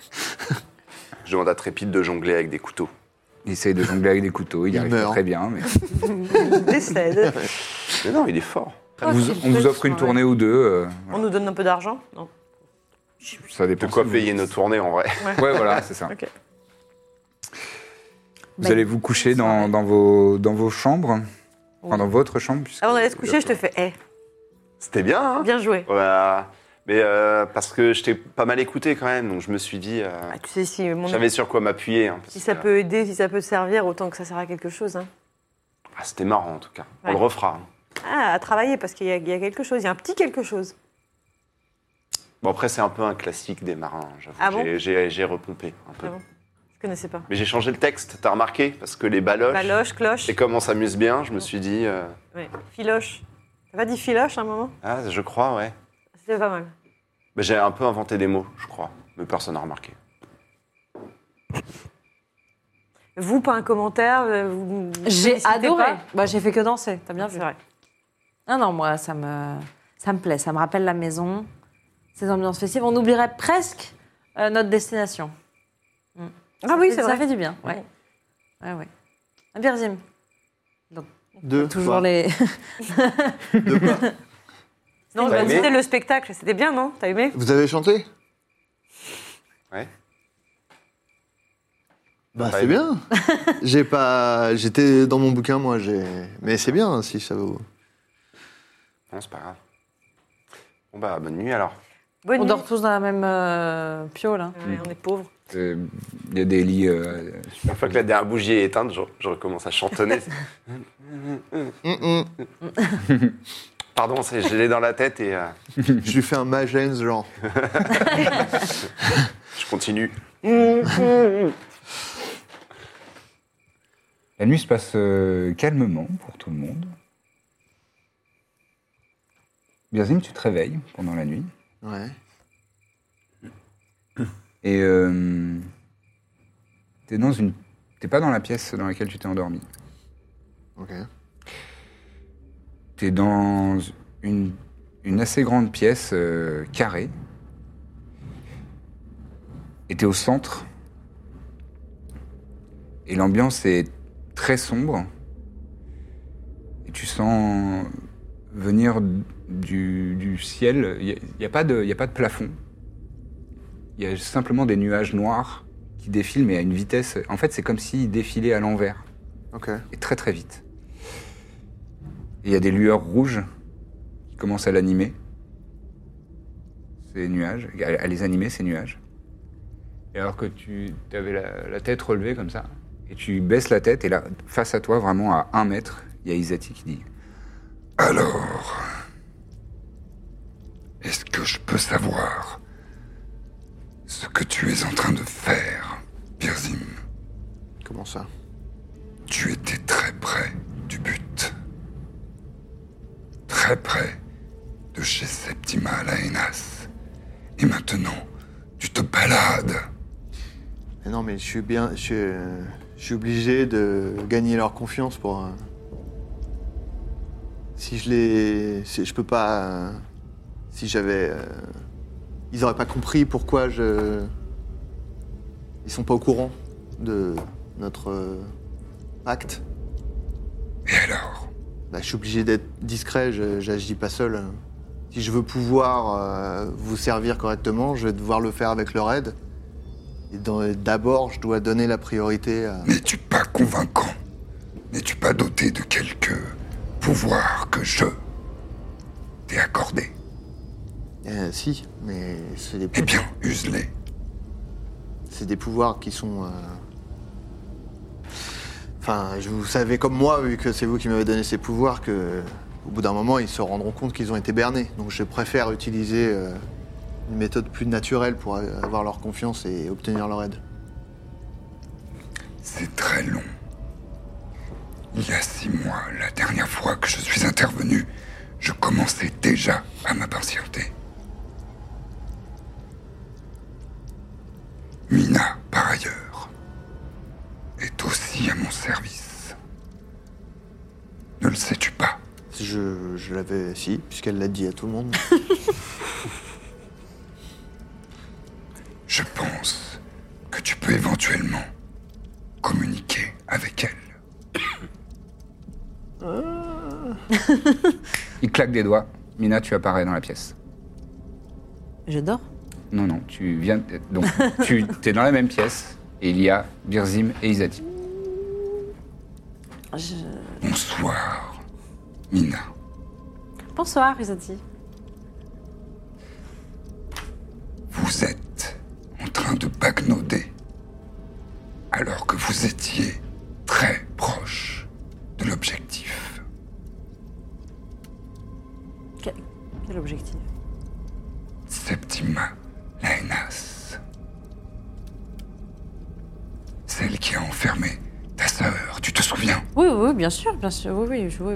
S4: Je demande à Trépide de jongler avec des couteaux.
S1: Il essaye de jongler avec des couteaux, il,
S2: Il
S1: arrive pas
S2: meurt.
S1: très bien. mais-
S3: Il décède.
S4: Mais non, il est fort.
S5: Oh,
S1: Vous-
S5: c'est
S1: on vous
S5: le
S1: offre une
S5: soir.
S1: tournée ou deux. euh,
S3: On nous donne un peu d'argent Non.
S1: ça dépend.
S4: De quoi
S1: si vous-
S4: payer nos tournées en vrai
S1: Ouais, voilà, c'est ça.
S3: Ok.
S1: Vous allez vous coucher dans, dans vos, dans vos chambres, enfin
S5: Oui.
S1: dans votre chambre. puisque-
S3: Avant d'aller se coucher, je te fais Eh,
S4: C'était bien, hein
S3: bien joué.
S4: Voilà. Mais euh, parce que je t'ai pas mal écouté quand même, donc je me suis dit. euh,
S3: Ah, tu sais, si, mon...
S4: J'avais sur quoi m'appuyer. hein, parce
S3: si ça
S4: que-
S3: peut aider, si ça peut servir, autant que ça sert à quelque chose. Hein.
S4: Ah, C'était marrant en tout cas. On
S3: Ouais.
S4: le refera. hein.
S3: Ah, à travailler, parce qu'il y, a- il y a quelque chose, il y a un petit quelque chose.
S4: Bon, après, c'est un peu un classique des marins, hein, j'avoue.
S3: Ah bon
S4: J'ai- j'ai j'ai repompé un peu.
S3: Ah bon Je connaissais pas.
S4: Mais j'ai changé le texte, t'as remarqué Parce que les baloches.
S3: Baloche, cloche,
S4: Et comme on s'amuse bien, je me suis dit. euh,
S3: ouais. filoche. T'as pas dit filoche à un moment
S4: Ah, je crois, ouais.
S3: C'était pas mal.
S4: Mais j'ai un peu inventé des mots, je crois. Mais personne n'a remarqué.
S3: Vous, pas un commentaire euh, vous- vous
S5: J'ai
S3: félicitez
S5: adoré.
S3: pas
S5: Bah, j'ai fait que danser, t'as bien
S3: C'est
S5: vu.
S3: vrai.
S5: Non, non, moi, ça me, ça me plaît. Ça me rappelle la maison, ces ambiances festives. On oublierait presque euh, notre destination. Mm.
S3: Ah oui, c'est
S5: Ça fait-
S3: vrai.
S5: Ça fait du bien, ouais. Ouais, ouais. Un birzim.
S2: Deux.
S5: Toujours
S2: quoi.
S5: les...
S2: Deux quoi.
S3: Non, bah,
S4: T'as aimé
S3: c'était le spectacle, c'était bien, non T'as aimé
S2: Vous avez chanté
S4: Ouais.
S2: Bah
S4: Pas
S2: c'est
S4: aimé.
S2: bien. J'ai pas, j'étais dans mon bouquin moi. J'ai, mais c'est bien si ça vaut.
S4: Non, c'est pas grave. Bon, bah, bonne nuit alors.
S3: Bonne
S5: On
S3: nuit.
S5: dort tous dans la même euh, piole. hein.
S4: Mm.
S3: Ouais, on est pauvres.
S1: Euh, Il y a des lits. euh,
S4: Une fois que la dernière bougie est éteinte, je, je recommence à chantonner.
S2: Hum, hum.
S4: Pardon, c'est- je l'ai dans la tête et euh,
S2: Je lui fais un magène genre.
S4: je continue.
S1: La nuit se passe euh, calmement pour tout le monde. Birzim, tu te réveilles pendant la nuit.
S2: Ouais.
S1: Et euh, t'es dans une, t'es pas dans la pièce dans laquelle tu t'es endormi.
S2: Ok.
S1: T'es dans une, une assez grande pièce euh, carrée. Et t'es au centre. Et l'ambiance est très sombre. Et tu sens venir du, du ciel. Il n'y a, il y a, pas de- il y a pas de plafond. Il y a simplement des nuages noirs qui défilent, mais à une vitesse. En fait, c'est comme s'ils défilaient à l'envers,
S2: Ok.
S1: et très très vite. Et Il y a des lueurs rouges qui commencent à l'animer. Ces nuages, à, à les animer, ces nuages. Et alors que tu avais la, la tête relevée comme ça, et tu baisses la tête, et là, face à toi, vraiment à un mètre, il y a Isati qui dit Alors, est-ce que je peux savoir ce que tu es en train de faire, Birzim
S2: Comment ça
S1: Tu étais très près du but. Très près de chez Septima Laenas. Et maintenant, tu te balades.
S2: Mais Non, mais je suis bien. Je, suis, euh, je suis obligé de gagner leur confiance pour. euh, si je les. si- je peux pas. euh, si j'avais. euh, ils auraient pas compris pourquoi je. Ils sont pas au courant de notre euh, pacte.
S1: Et alors
S2: Bah, je suis obligé d'être discret, je j'agis pas seul. Si je veux pouvoir euh, vous servir correctement, je vais devoir le faire avec leur aide. Et dans- d'abord, je dois donner la priorité à...
S1: N'es-tu pas convaincant N'es-tu pas doté de quelques pouvoirs que je t'ai accordés
S2: Euh, si, mais c'est des,
S1: Eh bien, use-les.
S2: c'est des pouvoirs qui sont... euh, Enfin, je- vous savez comme moi, vu que c'est vous qui m'avez donné ces pouvoirs, que au bout d'un moment, ils se rendront compte qu'ils ont été bernés. Donc je préfère utiliser euh, une méthode plus naturelle pour euh, avoir leur confiance et obtenir leur aide.
S1: C'est très long. Il y a six mois, la dernière fois que je suis intervenu, je commençais déjà à m'impatienter. Mina, par ailleurs, est aussi à mon service. Ne le sais-tu pas
S2: Je, je l'avais, si, puisqu'elle l'a dit à tout le monde.
S1: Je pense que tu peux éventuellement communiquer avec elle. Il claque des doigts. Mina, tu apparais dans la pièce.
S5: Je dors.
S1: Non, non, tu viens. Donc, tu es dans la même pièce et il y a Birzim et Isati. Bonsoir, Mina.
S5: Bonsoir, Isati.
S1: Vous êtes en train de bagnoder alors que vous étiez très proche de l'objectif.
S5: Quel, quel objectif
S1: Septima Laenas. Celle qui a enfermé ta sœur, tu te souviens
S5: Oui, oui, bien sûr, bien sûr. Oui, oui, je- oui.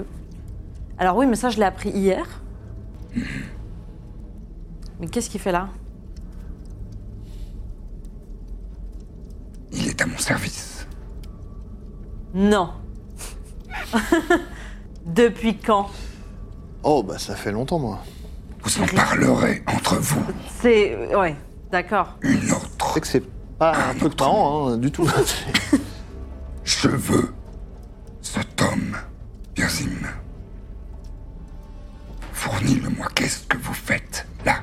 S5: Alors oui, mais ça, je l'ai appris hier. Mais qu'est-ce qu'il fait là
S1: Il est à mon service.
S5: Non. Depuis quand
S2: Oh, bah ça fait longtemps, moi.
S1: Vous en parlerez entre vous
S5: C'est... Ouais, d'accord.
S1: une autre.
S2: C'est que c'est pas un truc parent, hein, du tout.
S1: Je veux cet homme, Birzim. Fournis-le-moi, qu'est-ce que vous faites là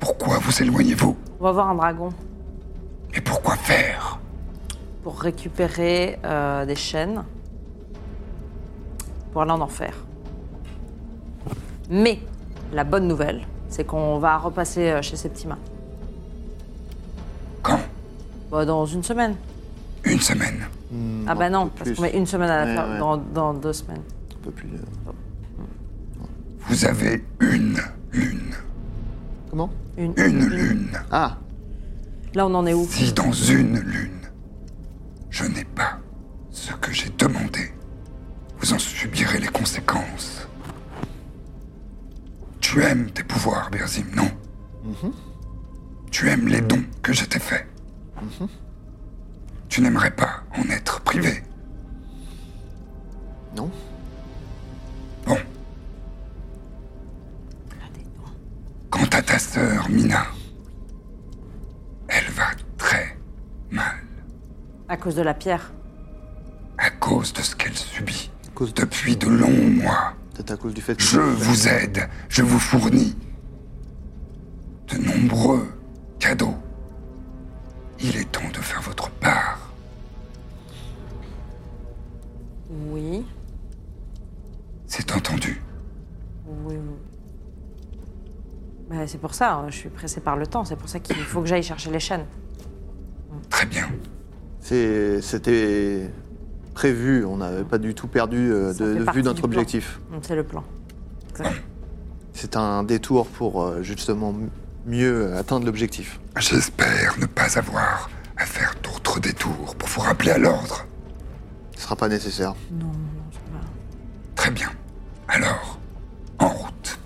S1: Pourquoi vous éloignez-vous
S5: On va voir un dragon
S1: Et pourquoi faire
S5: pour récupérer euh, des chaînes pour aller en enfer. Mais la bonne nouvelle, c'est qu'on va repasser euh, chez Septima.
S1: Quand
S5: Bah, dans une semaine.
S1: Une semaine.
S5: ah bah non,
S2: peu
S5: parce
S2: plus.
S5: qu'on met une semaine à la
S2: Ouais,
S5: faire,
S2: ouais.
S5: Dans, dans deux semaines.
S2: Un peu plus, euh,
S1: Vous avez une lune.
S2: Comment
S5: Une-
S1: Une lune.
S2: Ah,
S5: Là, on en est où
S1: Si dans une lune, je n'ai pas ce que j'ai demandé, vous en subirez les conséquences. Tu aimes tes pouvoirs, Birzim, non Tu aimes les dons que je t'ai faits. Tu n'aimerais pas en être privé.
S2: non
S1: Bon. Quant à ta sœur, Mina, elle va très mal.
S5: À cause de la pierre.
S1: à cause de ce qu'elle subit
S2: cause de-
S1: depuis de longs mois.
S2: Peut-être à cause du fait que.
S7: Je vous aide, je vous fournis de nombreux cadeaux. Il est temps de faire votre part.
S5: Oui.
S7: C'est entendu.
S5: Oui, oui. Bah, c'est pour ça, hein, je suis pressée par le temps, c'est pour ça qu'il faut que j'aille chercher les chaînes.
S7: Très bien.
S2: C'est- C'était prévu, on n'avait pas du tout perdu euh,
S5: Ça
S2: de,
S5: fait
S2: de
S5: partie
S2: vue notre
S5: du plan.
S2: objectif.
S5: Donc, C'est le plan.
S2: C'est un détour pour euh, justement m- mieux atteindre l'objectif.
S7: J'espère ne pas avoir à faire d'autres détours pour vous rappeler à l'ordre.
S2: Ce sera pas nécessaire.
S5: Non, non, ça va.
S7: Très bien. Alors, en route.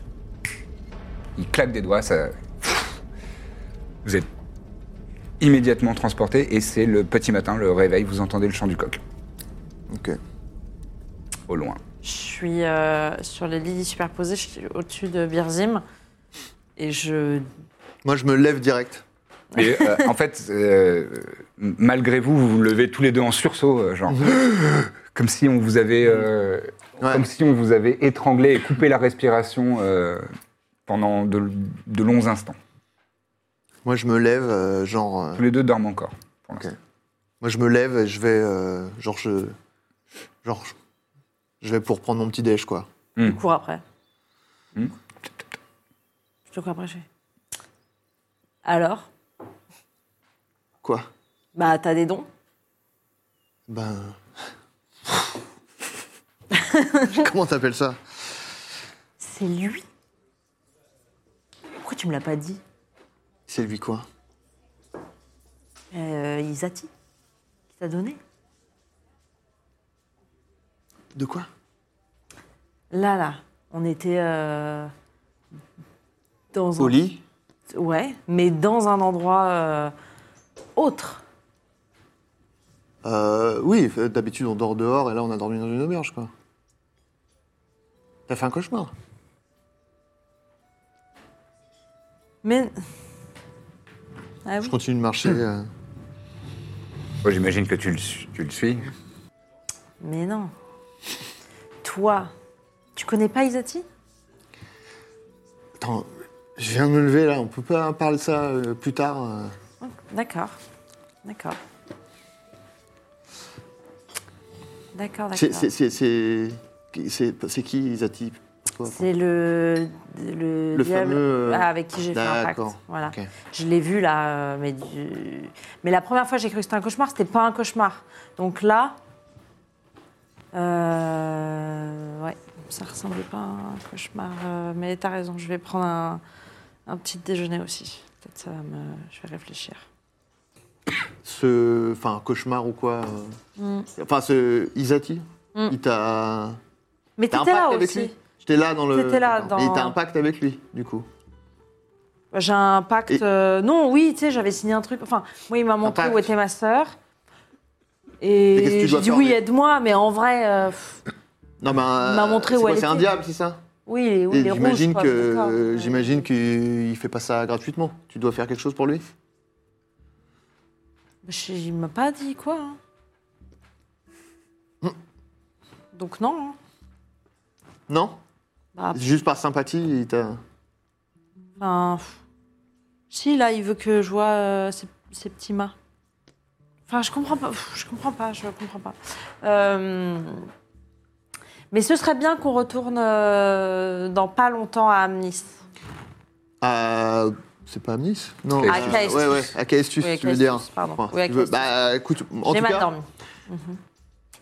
S1: Il claque des doigts, ça. Vous êtes immédiatement transporté et c'est le petit matin, le réveil, vous entendez le chant du coq
S2: Ok.
S1: au loin.
S5: Je suis euh, sur les lits superposés, je suis au-dessus de Birzim. Et je.
S2: Moi, je me lève direct.
S1: Et euh, en fait, euh, malgré vous, vous vous levez tous les deux en sursaut, euh, genre comme si on vous avait, euh,
S2: Ouais.
S1: comme si on vous avait étranglé et coupé la respiration euh, pendant de, de longs instants.
S2: Moi, je me lève, euh, genre. euh,
S1: Tous les deux dorment encore. pour l'instant.
S2: Moi, je me lève et je vais. euh, genre, je. Genre, je- je vais pour prendre mon petit déj, quoi.
S5: Je cours après.
S1: Hmm.
S5: Je te cours après, je fais. Alors
S2: Quoi
S5: Bah, t'as des dons
S2: Ben. Comment t'appelles ça
S5: C'est lui Pourquoi tu me l'as pas dit
S2: C'est lui, quoi
S5: euh, Isati Qui t'a donné
S2: De quoi
S5: Là, là, on était euh, dans
S2: Au lit
S5: un... Ouais, mais dans un endroit euh, autre.
S2: Euh, oui, euh, d'habitude on dort dehors et là on a dormi dans une auberge quoi. T'as fait un cauchemar
S5: Mais... Ah
S2: Je
S5: oui.
S2: continue de marcher. euh.
S1: Moi, j'imagine que tu le, su- tu le suis.
S5: Mais non. Toi, tu connais pas Isati
S2: Attends, je viens de me lever là, on peut pas parler de ça euh, plus tard. euh.
S5: D'accord. D'accord. D'accord,
S2: C'est-
S5: d'accord.
S2: c'est- C'est c'est- qui- c'est- c'est qui Isati pour toi
S5: C'est le, le,
S2: Le
S5: diable
S2: fameux, euh,
S5: ah, avec qui j'ai fait un pacte.
S2: d'accord,
S5: Voilà.
S2: ok.
S5: Je l'ai vu là, euh, mais, du- mais la première fois j'ai cru que c'était un cauchemar, c'était pas un cauchemar. Donc là, euh, ouais, ça ressemblait pas à un cauchemar. euh, mais t'as raison, je vais prendre un, un petit déjeuner aussi. Peut-être ça va me, je vais réfléchir.
S2: Ce. Enfin, cauchemar ou quoi euh. Enfin, ce Isati
S5: Mm.
S2: Il t'a.
S5: Mais
S2: T'as un
S5: t'étais là
S2: pacte avec
S5: aussi.
S2: lui J'étais là dans le.
S5: T'étais là
S2: D'accord. Et
S5: dans-
S2: t'as un pacte avec lui, du coup.
S5: Bah, J'ai un pacte.
S2: Et-
S5: euh, non, oui, tu sais, j'avais signé un truc. Enfin, moi, il m'a montré où
S2: pacte.
S5: était ma sœur.
S2: Mais qu'est-ce que
S5: Et
S2: tu
S5: j'ai
S2: dois
S5: dit
S2: faire,
S5: oui,
S2: mais-
S5: aide-moi, mais en vrai, euh, pff,
S2: Non, mais. euh,
S5: Il m'a montré
S2: c'est
S5: où
S2: quoi,
S5: elle
S2: C'est un
S5: était.
S2: diable, c'est ça
S5: oui, il est, oui,
S2: Et
S5: il est rouge,
S2: J'imagine
S5: quoi,
S2: que
S5: d'accord.
S2: euh, j'imagine qu'il fait pas ça gratuitement. Tu dois faire quelque chose pour lui.
S5: Je- Il m'a pas dit quoi. hein.
S2: Hum.
S5: Donc non. hein.
S2: Non
S5: Bah,
S2: C'est Juste par sympathie, il t'a.
S5: enfin, pff. si là, il veut que je vois euh, ces, ces petits mâts. Enfin, je comprends pas. pff, Je comprends pas. Je comprends pas. Euh, Mais ce serait bien qu'on retourne euh, dans pas longtemps à Amnis.
S2: Ah, c'est pas à Nice Non.
S1: À
S2: euh,
S5: Caestus.
S2: Ouais, ouais, à Caestus,
S5: Oui, à
S2: tu veux
S5: Caestus,
S2: dire.
S5: pardon.
S2: Enfin,
S5: Oui, à
S2: tu veux-
S5: Caestus.
S2: Bah, écoute, en
S5: J'ai
S2: tout
S5: mal
S2: cas,
S5: dormi. Mhm.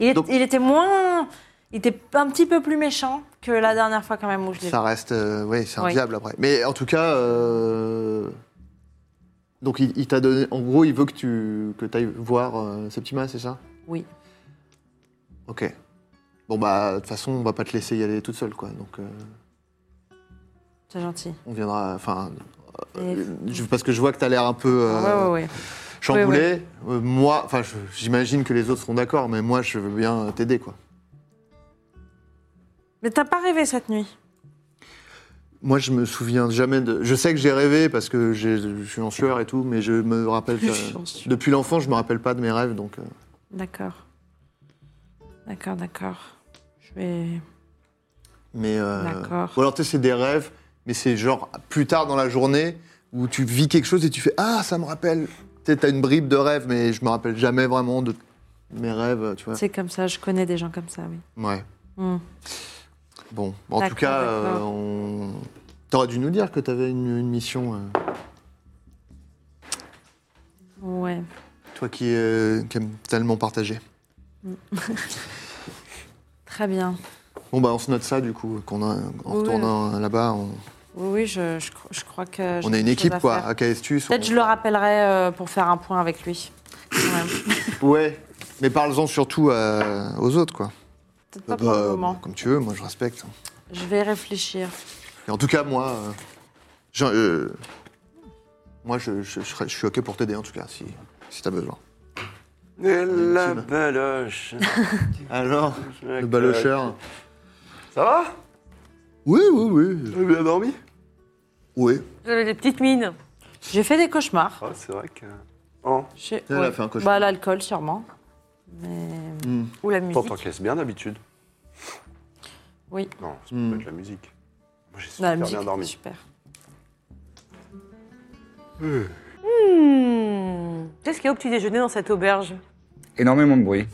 S5: il, est-
S2: Donc-
S5: il était moins. Il était un petit peu plus méchant que la dernière fois, quand même, où je l'ai vu.
S2: ça reste. euh, ouais, c'est un
S5: Oui.
S2: diable après. Mais en tout cas. euh, Donc, il, il t'a donné. En gros, il veut que tu que ailles voir euh, Septima, c'est ça
S5: Oui.
S2: Ok. Bon, bah, de toute façon, on va pas te laisser y aller toute seule, quoi. Donc. euh,
S5: C'est gentil.
S2: On viendra. Enfin.
S5: Et-
S2: euh, je- Parce que je vois que t'as l'air un peu euh,
S5: Ouais, ouais, ouais.
S2: chamboulé. Euh, moi, enfin, je- j'imagine que les autres seront d'accord, mais moi, je veux bien t'aider, quoi.
S5: Mais t'as pas rêvé cette nuit
S2: Moi, je me souviens jamais de. Je sais que j'ai rêvé parce que j'ai- je suis en sueur et tout, mais je me rappelle.
S5: Je
S2: euh,
S5: suis en sueur.
S2: depuis l'enfant, je me rappelle pas de mes rêves, donc. euh,
S5: D'accord. D'accord, d'accord. Je vais.
S2: Mais euh,
S5: D'accord.
S2: Ou alors, tu sais, c'est des rêves, mais c'est genre plus tard dans la journée où tu vis quelque chose et tu fais Ah, ça me rappelle. Tu sais, t'as une bribe de rêve, mais je me rappelle jamais vraiment de mes rêves, tu vois.
S5: C'est comme ça, je connais des gens comme ça, oui.
S2: Ouais.
S5: Hmm.
S2: Bon, en tout
S5: D'accord,
S2: cas, euh,
S5: d'accord.
S2: on... t'aurais dû nous dire que t'avais une, une mission. euh,
S5: Ouais.
S2: Toi qui, euh, qui aimes tellement partager.
S5: Très bien.
S2: Bon, bah, on se note ça, du coup, qu'on a, en
S5: Oui.
S2: retournant là-bas, on,
S5: Oui, oui, je, je cro- je crois que. j'ai
S2: on a une
S5: quelque chose
S2: équipe,
S5: à
S2: quoi,
S5: faire.
S2: à Caestus.
S5: Peut-être
S2: on-
S5: je le rappellerai euh, pour faire un point avec lui. Quand même.
S2: Ouais, mais parle-en surtout euh, aux autres, quoi.
S5: Peut-être pas
S2: Bah,
S5: pour le
S2: bah,
S5: moment.
S2: comme tu veux, moi, je respecte.
S5: Je vais réfléchir.
S2: Et en tout cas, moi, euh, je, euh, moi, je, je- je serais- je suis OK pour t'aider, en tout cas, si, si t'as besoin.
S4: Et la
S2: Tim.
S4: baloche.
S2: Alors, le balocheur
S4: Ça va
S2: Oui, oui, oui.
S4: J'ai bien dormi
S2: Oui.
S3: Vous avez des Euh, petites mines.
S5: J'ai fait des cauchemars.
S2: Ah,
S4: Oh, c'est vrai que. Oh,
S5: J'ai-
S2: Elle a fait un cauchemar. Hmm.
S5: Bah, l'alcool, sûrement. Mais.
S3: Ou la musique.
S4: t'en t'encaisses bien d'habitude.
S5: Oui,
S4: Non, ça peut
S2: Hmm.
S4: pas être la musique. Moi, j'ai
S5: la
S4: super
S5: musique.
S4: bien
S5: était
S4: dormi.
S5: Super.
S3: Hmm. Qu'est-ce qu'il y a au petit déjeuner dans cette auberge
S1: Énormément de bruit.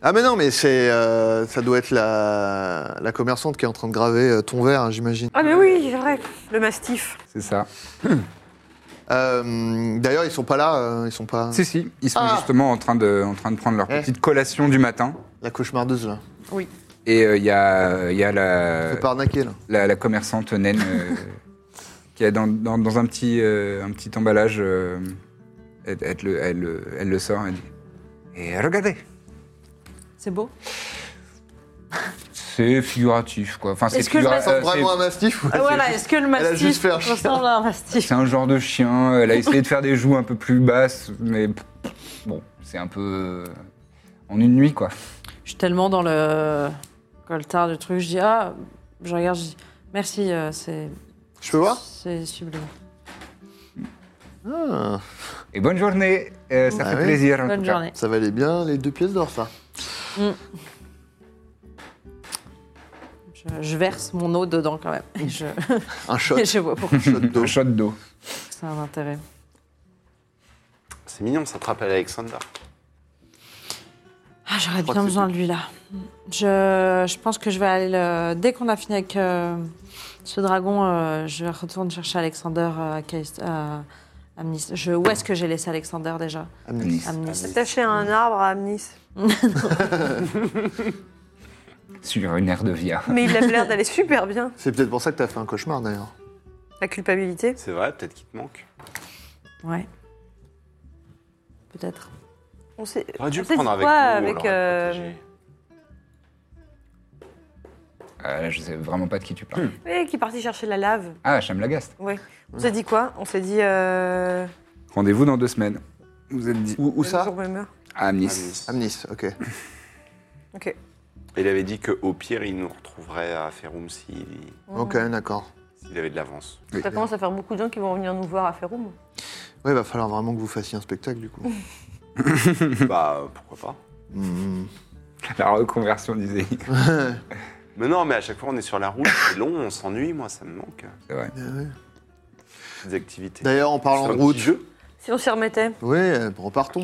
S2: Ah, mais non, mais c'est, euh, ça doit être la, la commerçante qui est en train de graver euh, ton verre, hein, j'imagine.
S3: Ah mais oui, c'est vrai. Le mastif.
S1: C'est ça.
S2: Euh, d'ailleurs, ils sont pas là, euh, ils sont pas.
S1: Si, si, ils sont
S2: Ah.
S1: justement en train, de, en train de prendre leur
S2: Eh.
S1: petite collation du matin.
S2: La cauchemardeuse, là.
S1: Et euh, il y a, il y a la,
S2: C'est pas arnaqué, là.
S1: la, la commerçante naine euh, qui est dans, dans- dans un, petit, euh, un petit emballage. euh, elle, elle le, elle le- elle le sort, elle dit Et regardez
S5: C'est beau.
S1: C'est figuratif, quoi. Enfin, c'est
S5: Est-ce que le
S1: figura-
S5: masque-
S1: euh,
S2: Vraiment un
S1: c'est-
S2: mastif ouais.
S5: voilà, est-ce que le
S2: a
S5: mastif
S2: juste fait un chien.
S5: ressemble à un mastif
S1: c'est un genre de chien. euh, Elle a essayé de faire des joues un peu plus basses, mais bon, c'est un peu. euh, En une nuit, quoi.
S5: Je suis tellement dans le coltard du truc, je dis ah, je regarde, je dis merci, euh, c'est
S2: Je peux voir
S5: c'est sublime.
S2: Ah,
S1: Et bonne journée euh, Ça
S2: Ah
S1: fait
S2: oui.
S1: plaisir, en
S5: Bonne
S1: tout cas.
S5: journée.
S2: Ça valait bien les deux pièces d'or, ça.
S5: Je, je verse mon eau dedans quand même. Et je,
S2: Un shot,
S5: et je vois pourquoi
S2: shot d'eau.
S1: Un shot d'eau.
S5: c'est un intérêt.
S4: C'est mignon, ça te rappelle Alexander.
S5: Ah, j'aurais
S2: crois
S5: bien
S2: que c'est
S5: besoin de
S2: tout.
S5: lui là. Je, je pense que je vais aller le- dès qu'on a fini avec euh, ce dragon, euh, je retourne chercher Alexander euh, à Caïs- à Amnis. Je, où est-ce que j'ai laissé Alexander déjà
S2: Amnis.
S3: Ah,
S5: Amnis.
S3: Attaché à un arbre à Amnis.
S1: Sur une aire de via.
S3: Mais il a l'air d'aller super bien.
S2: C'est peut-être pour ça que t'as fait un cauchemar, d'ailleurs.
S3: La culpabilité.
S4: C'est vrai, peut-être qu'il te manque.
S5: Ouais. Peut-être.
S3: On s'est.
S4: T'aurais dû
S3: on
S4: le
S3: s'est
S4: prendre
S3: dit
S4: avec nous.
S3: quoi
S4: on
S3: avec,
S4: l'aurait
S3: euh,
S4: protégé.
S1: Ah, là, je sais vraiment pas de qui tu parles.
S3: Oui, qui est parti chercher la lave.
S1: Ah, Chamlagast.
S3: Ouais. On s'est dit quoi On s'est dit. Euh...
S1: Rendez-vous dans deux semaines. Vous êtes dit.
S2: Où, où
S3: le
S2: ça
S3: jour même heure.
S1: À
S4: Ah,
S1: Nice.
S4: Miss.
S2: Amnis, ok.
S3: Ok.
S4: Il avait dit qu'au pire, il nous retrouverait à Ferum s'il
S3: Oh.
S2: Ok, d'accord.
S4: s'il avait de l'avance.
S3: Ça commence à faire beaucoup de gens qui vont venir nous voir à Ferrum.
S2: Ouais, va falloir vraiment que vous fassiez un spectacle, du coup.
S4: bah, euh, pourquoi pas.
S2: Hmm.
S1: La reconversion disait.
S4: Mais non, mais à chaque fois, on est sur la route, c'est long, on s'ennuie, moi, ça me manque.
S1: C'est vrai.
S4: Des activités.
S2: D'ailleurs, en parlant
S4: C'est un
S2: de route...
S4: petit jeu.
S3: Si on s'y remettait.
S2: Oui, euh, repartons.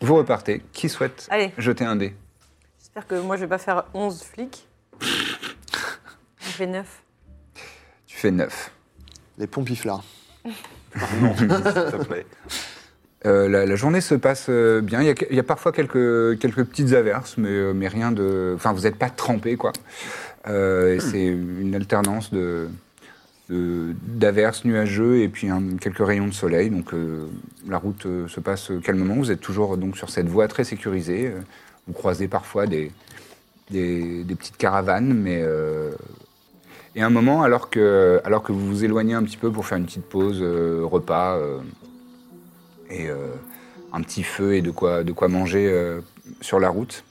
S1: Vous repartez. Qui souhaite
S3: Allez.
S1: jeter un dé
S3: J'espère que moi je vais pas faire 11 flics. Je fais 9.
S1: Tu fais 9.
S2: Les pompiflards.
S4: S'il te plaît.
S1: Euh, la, la journée se passe euh, bien. Il y a, que- il y a parfois quelques, quelques petites averses, mais, euh, mais rien de. Enfin, vous n'êtes pas trempé, quoi. Euh, et C'est une alternance de de- d'averses nuageux et puis un- quelques rayons de soleil. Donc euh, la route euh, se passe calmement. Vous êtes toujours euh, donc sur cette voie très sécurisée. Euh, Vous croisez parfois des, des, des petites caravanes, mais euh, et à un moment, alors que, alors que vous vous éloignez un petit peu pour faire une petite pause, euh, repas euh, et euh, un petit feu et de quoi, de quoi manger euh, sur la route.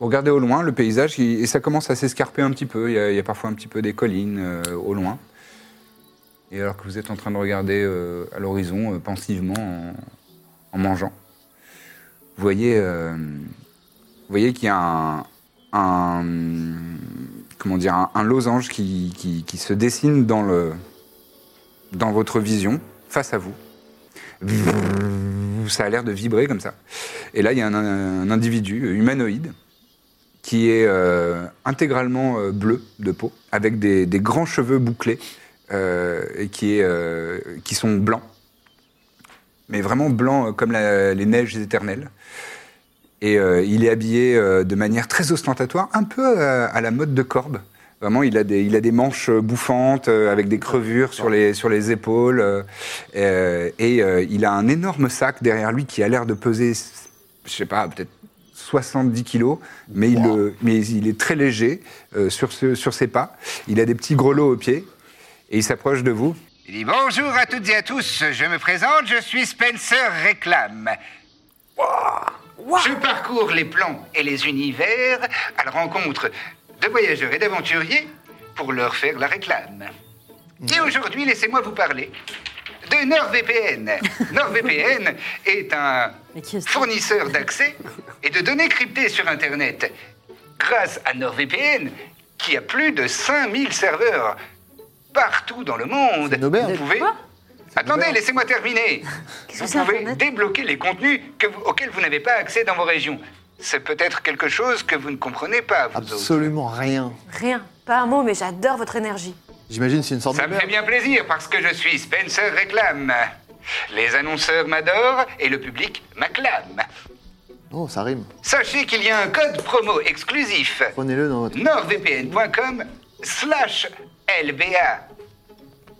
S1: Vous regardez au loin le paysage il- et ça commence à s'escarper un petit peu. Il y, a, il y a parfois un petit peu des collines euh, au loin. Et alors que vous êtes en train de regarder euh, à l'horizon euh, pensivement en, en mangeant, vous voyez, euh, vous voyez qu'il y a un,
S8: un comment dire un, un losange qui, qui- qui se dessine dans le dans votre vision face à vous. Ça a l'air de vibrer comme ça. Et là, il y a un, un individu humanoïde qui est euh, intégralement euh, bleu de peau, avec des, des grands cheveux bouclés euh, et qui, est, euh, qui sont blancs, mais vraiment blancs euh, comme la- les neiges éternelles. Et euh, il est habillé euh, de manière très ostentatoire, un peu euh, à la mode de Corbe. Vraiment, il a des, il a des manches euh, bouffantes euh, avec des crevures sur les, sur les épaules. euh, euh, et euh, il a un énorme sac derrière lui qui a l'air de peser, je sais pas, peut-être 70 kilos, mais, il, le- mais il est très léger euh, sur, ce- sur ses pas. Il a des petits grelots aux pieds et il s'approche de vous.
S1: Il dit bonjour à toutes et à tous, je me présente, je suis Spencer Réclame. Je parcours les plans et les univers à la rencontre de voyageurs et d'aventuriers pour leur faire la réclame. Et aujourd'hui, laissez-moi vous parler de NordVPN. NordVPN est un
S5: Mais qui est-ce
S1: fournisseur d'accès et de données cryptées sur Internet. Grâce à NordVPN, qui a plus de 5000 serveurs partout dans le monde,
S2: une auberge.
S1: vous pouvez...
S5: Quoi
S1: Attendez, laissez-moi terminer. Vous pouvez débloquer les contenus que vous- auxquels vous n'avez pas accès dans vos régions. C'est peut-être quelque chose que vous ne comprenez pas, vous autres.
S2: Absolument rien.
S3: Rien, pas un mot, mais j'adore votre énergie.
S2: J'imagine c'est une sorte
S1: Ça me fait
S2: de.
S1: bien plaisir parce que je suis Spencer Réclame. Les annonceurs m'adorent et le public m'acclame.
S2: Oh, ça rime.
S1: Sachez qu'il y a un code promo exclusif.
S2: Prenez-le dans votre.
S1: nordvpn.com slash LBA.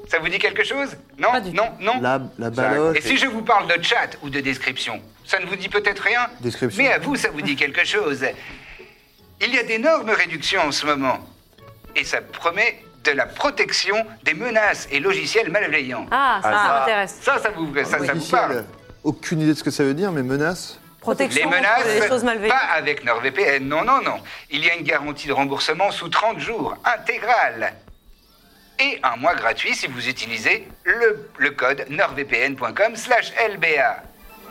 S1: Ça vous dit quelque chose Non
S5: Pas du
S1: Non Non
S2: La, la balotte.
S1: Et si je vous parle de chat ou de description, ça ne vous dit peut-être rien
S2: Description.
S1: Mais à vous, ça vous dit quelque chose. Il y a d'énormes réductions en ce moment. Et ça promet de la protection des menaces et logiciels malveillants.
S3: Ah, ça,
S4: Ah, ça.
S3: m'intéresse.
S1: Ça, ça vous, ça, ça vous parle
S2: Aucune idée de ce que ça veut dire, mais menace.
S3: Protection
S1: les
S3: contre les
S1: menaces,
S3: choses malveillantes.
S1: pas avec NordVPN, non, non, non. Il y a une garantie de remboursement sous 30 jours, intégrale. Et un mois gratuit si vous utilisez le, le code nordvpn.com slash LBA.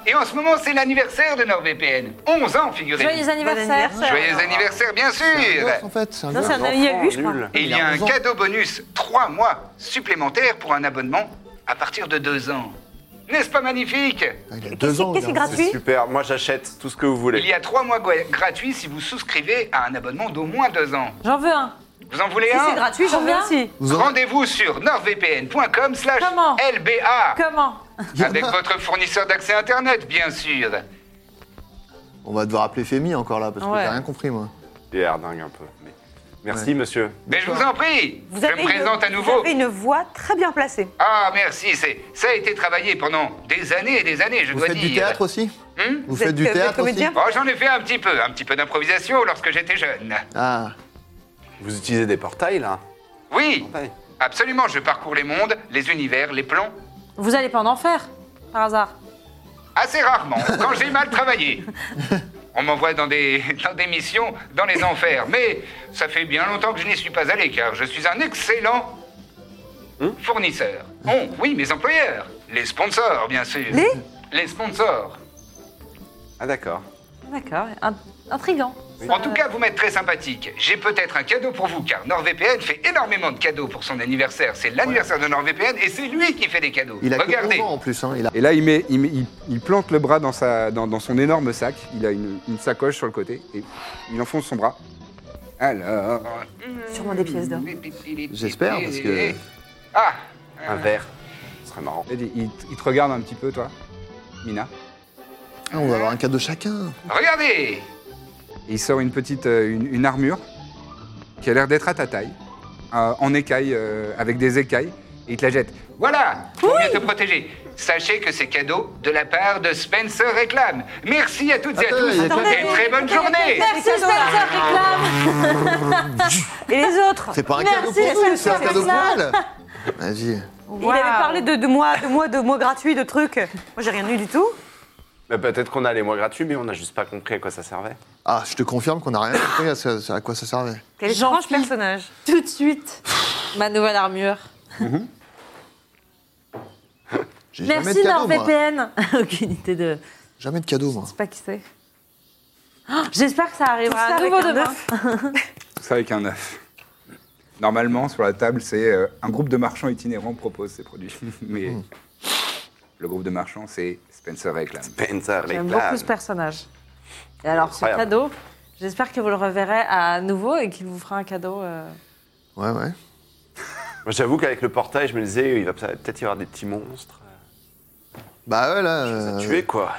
S1: Et en ce moment, c'est l'anniversaire de NordVPN. 11 ans,
S5: Joyeux
S1: figurez-vous.
S5: anniversaire.
S1: Joyeux anniversaire, bien sûr
S2: Gosse, en fait, c'est un
S3: Non,
S2: gosse.
S3: c'est un ami à lui, je crois.
S4: Nul.
S1: Et il y
S2: Il
S1: a
S2: a
S1: un
S2: raison.
S1: cadeau bonus, 3 mois supplémentaires pour un abonnement à partir de 2 ans. N'est-ce pas magnifique
S2: Ah, Il a
S3: Qu'est-ce
S2: deux ans.
S3: qui- qu'est-ce qui est
S2: il a-
S4: C'est
S3: gratuit
S4: super, moi j'achète tout ce que vous
S1: Il y
S4: voulez.
S1: a 3 mois gua- gratuits si vous souscrivez à un abonnement d'au moins 2 ans.
S5: J'en veux un. Hein
S1: Vous en voulez un
S3: C'est gratuit, j'en veux
S5: Combien
S3: aussi.
S2: Vous en-
S1: Rendez-vous sur nordvpn.com slash
S5: Comment
S1: LBA
S5: Comment
S3: Ah,
S1: avec votre fournisseur d'accès Internet, bien sûr.
S2: On va devoir appeler Femi encore là, parce que
S5: Ouais.
S2: j'ai rien compris, moi.
S4: Il a l'air dingue un peu. mais- Merci monsieur.
S1: Mais je vous en prie, je me présente à
S3: une,
S1: nouveau.
S3: Vous avez une voix très bien placée.
S1: Ah, merci, c'est, ça a été travaillé pendant des années et des années, je
S2: Vous
S1: dois
S2: faites
S1: dire.
S2: du théâtre aussi
S1: Hmm
S2: Vous
S3: Vous
S2: faites
S3: êtes-
S2: du
S3: vous êtes
S2: théâtre aussi
S3: comédien
S1: Oh, j'en ai fait un petit peu, un petit peu d'improvisation lorsque j'étais jeune.
S2: Ah,
S4: Vous utilisez des portails là
S1: Oui,
S4: Portails.
S1: absolument, je parcours les mondes, les univers, les plans,
S5: Vous allez pas en enfer, par hasard.
S1: assez rarement, quand j'ai mal travaillé. On m'envoie dans des, dans des missions dans les enfers, mais ça fait bien longtemps que je n'y suis pas allé, car je suis un excellent
S2: Hmm
S1: fournisseur. Oh, oui, mes employeurs, les sponsors, bien sûr.
S3: Les
S1: Les sponsors.
S4: Ah d'accord.
S5: D'accord, int- intriguant.
S1: En tout cas, vous m'êtes très sympathique. J'ai peut-être un cadeau pour vous, car NordVPN fait énormément de cadeaux pour son anniversaire. C'est l'anniversaire de NordVPN et c'est lui qui fait des cadeaux.
S2: il a que
S1: Regardez.
S2: 11 ans en plus, hein. Il a...
S8: Et là, il, met, il, met- il- il plante le bras dans, sa, dans, dans son énorme sac. Il a une, une sacoche sur le côté et il enfonce son bras. Alors,
S3: Sûrement des pièces d'or.
S2: J'espère, parce que-
S1: Ah
S4: Un verre. Ce serait marrant.
S8: il, il te- il te regarde un petit peu, toi, Mina.
S2: Ah, on va avoir un cadeau chacun.
S1: Regardez
S8: Et il sort une petite euh, une, une armure qui a l'air d'être à ta taille, euh, en écaille, euh, avec des écailles, et il te la jette.
S1: Voilà Pour mieux te protéger. Sachez que c'est cadeau de la part de Spencer Réclame. Merci à toutes et à
S2: Attendez,
S1: tous
S2: il y a
S3: quelqu'un-
S1: et très bonne journée
S5: Merci Spencer Réclame
S3: Et les autres
S2: C'est pas un cadeau
S5: Merci,
S2: pour vous,
S5: Spencer
S2: c'est un cadeau pour
S5: Réclame.
S2: elle. Vas-y.
S3: Il avait parlé de, de mois, de mois, de mois gratuits, de trucs. Moi, j'ai rien eu du tout.
S4: Mais Bah, peut-être qu'on a les mois gratuits, mais on n'a juste pas compris à quoi ça servait.
S2: Ah, je te confirme qu'on n'a rien compris à, ce- à quoi ça servait.
S3: Quel
S5: J'en
S3: étrange
S5: file.
S3: personnage.
S5: Tout de suite, ma nouvelle armure.
S2: J'ai jamais de
S5: Merci
S2: cadeau, moi.
S5: NordVPN. Aucune idée de...
S2: Jamais de cadeau, moi.
S5: Je sais pas qui c'est. Oh, J'espère que ça arrivera
S3: Tout ça
S5: à nouveau
S3: avec un
S5: demain.
S1: Ça avec un œuf. Normalement, sur la table, c'est euh, un groupe de marchands itinérants propose ces produits. Mais le groupe de marchands, c'est Spencer Reclam.
S4: Spencer, les
S5: J'aime
S4: clans.
S5: beaucoup ce personnage. Et alors, ce
S4: Incroyable.
S5: cadeau, j'espère que vous le reverrez à nouveau et qu'il vous fera un cadeau. euh,
S2: Ouais, ouais.
S4: Moi, J'avoue qu'avec le portail, je me disais, il va peut-être y avoir des petits monstres.
S2: Bah ouais, là.
S4: Ça
S2: euh,
S4: tuer, quoi.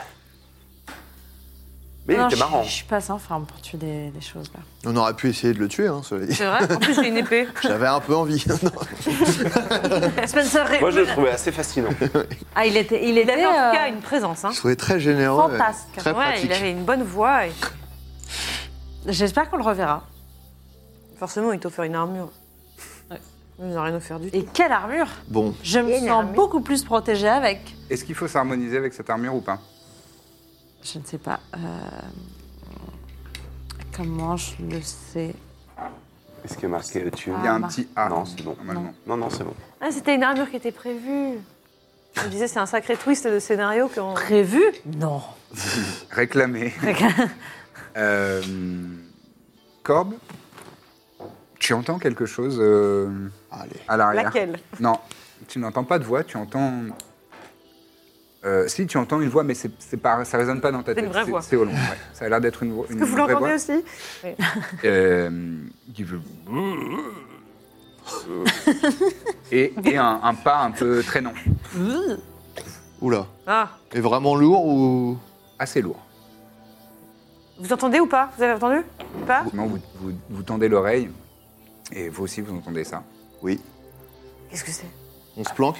S4: Mais
S5: non,
S4: il était
S5: je-
S4: marrant.
S5: Je suis pas sans forme pour tuer des, des choses là.
S2: On aurait pu essayer de le tuer, hein, cela dit.
S3: C'est vrai En plus, j'ai une épée.
S2: J'avais un peu envie. Non.
S3: Spencer Ray-
S4: Moi, je le trouvais assez fascinant.
S5: Ah, il était, il
S3: Il
S5: était
S3: avait en tout cas
S5: euh,
S3: une présence. Hein.
S2: Je trouvais très généreux. euh,
S5: Fantasque.
S2: Très
S3: Ouais,
S2: pratique.
S3: il avait une bonne voix. Et...
S5: J'espère qu'on le reverra.
S3: Forcément, il t'a offert une armure.
S5: Ouais.
S3: Il n'a rien offert du tout.
S5: Et quelle armure
S2: Bon,
S5: Je me
S3: Et une
S5: sens
S3: armure.
S5: beaucoup plus protégée avec.
S1: Est-ce qu'il faut s'harmoniser avec cette armure ou pas
S5: Je ne sais pas. euh, Comment je le sais
S4: Est-ce qu'il y a marqué tu
S1: Il y a
S5: Ah,
S1: un
S5: bah.
S1: petit A.
S4: Non, c'est bon.
S1: Normalement.
S4: Non, non, c'est bon.
S3: Ah, c'était une armure qui était prévue. Je me disais, c'est un sacré twist de scénario qu'on.
S5: Prévu Non.
S1: Réclamer. Euh, Corbe, tu entends quelque chose euh,
S2: allez.
S1: à l'arrière
S3: Laquelle
S1: Non, tu n'entends pas de voix, tu entends. Euh, si, tu entends une voix, mais c'est c'est pas, ça résonne pas dans ta
S3: C'est
S1: tête.
S3: une vraie voix.
S1: C'est au long. ouais. Ça a l'air d'être une, voix- une
S3: Que vous
S1: vraie voix.
S3: l'entendez aussi
S1: Euh, qui veut- et et un, un pas un peu traînant,
S2: Oula.
S3: Ah,
S2: Et vraiment lourd ou.
S1: assez lourd.
S3: vous entendez ou pas Vous avez entendu Ou Pas
S1: Non, vous, vous- vous tendez l'oreille et vous aussi vous entendez ça.
S2: Oui.
S3: Qu'est-ce que c'est
S2: On se planque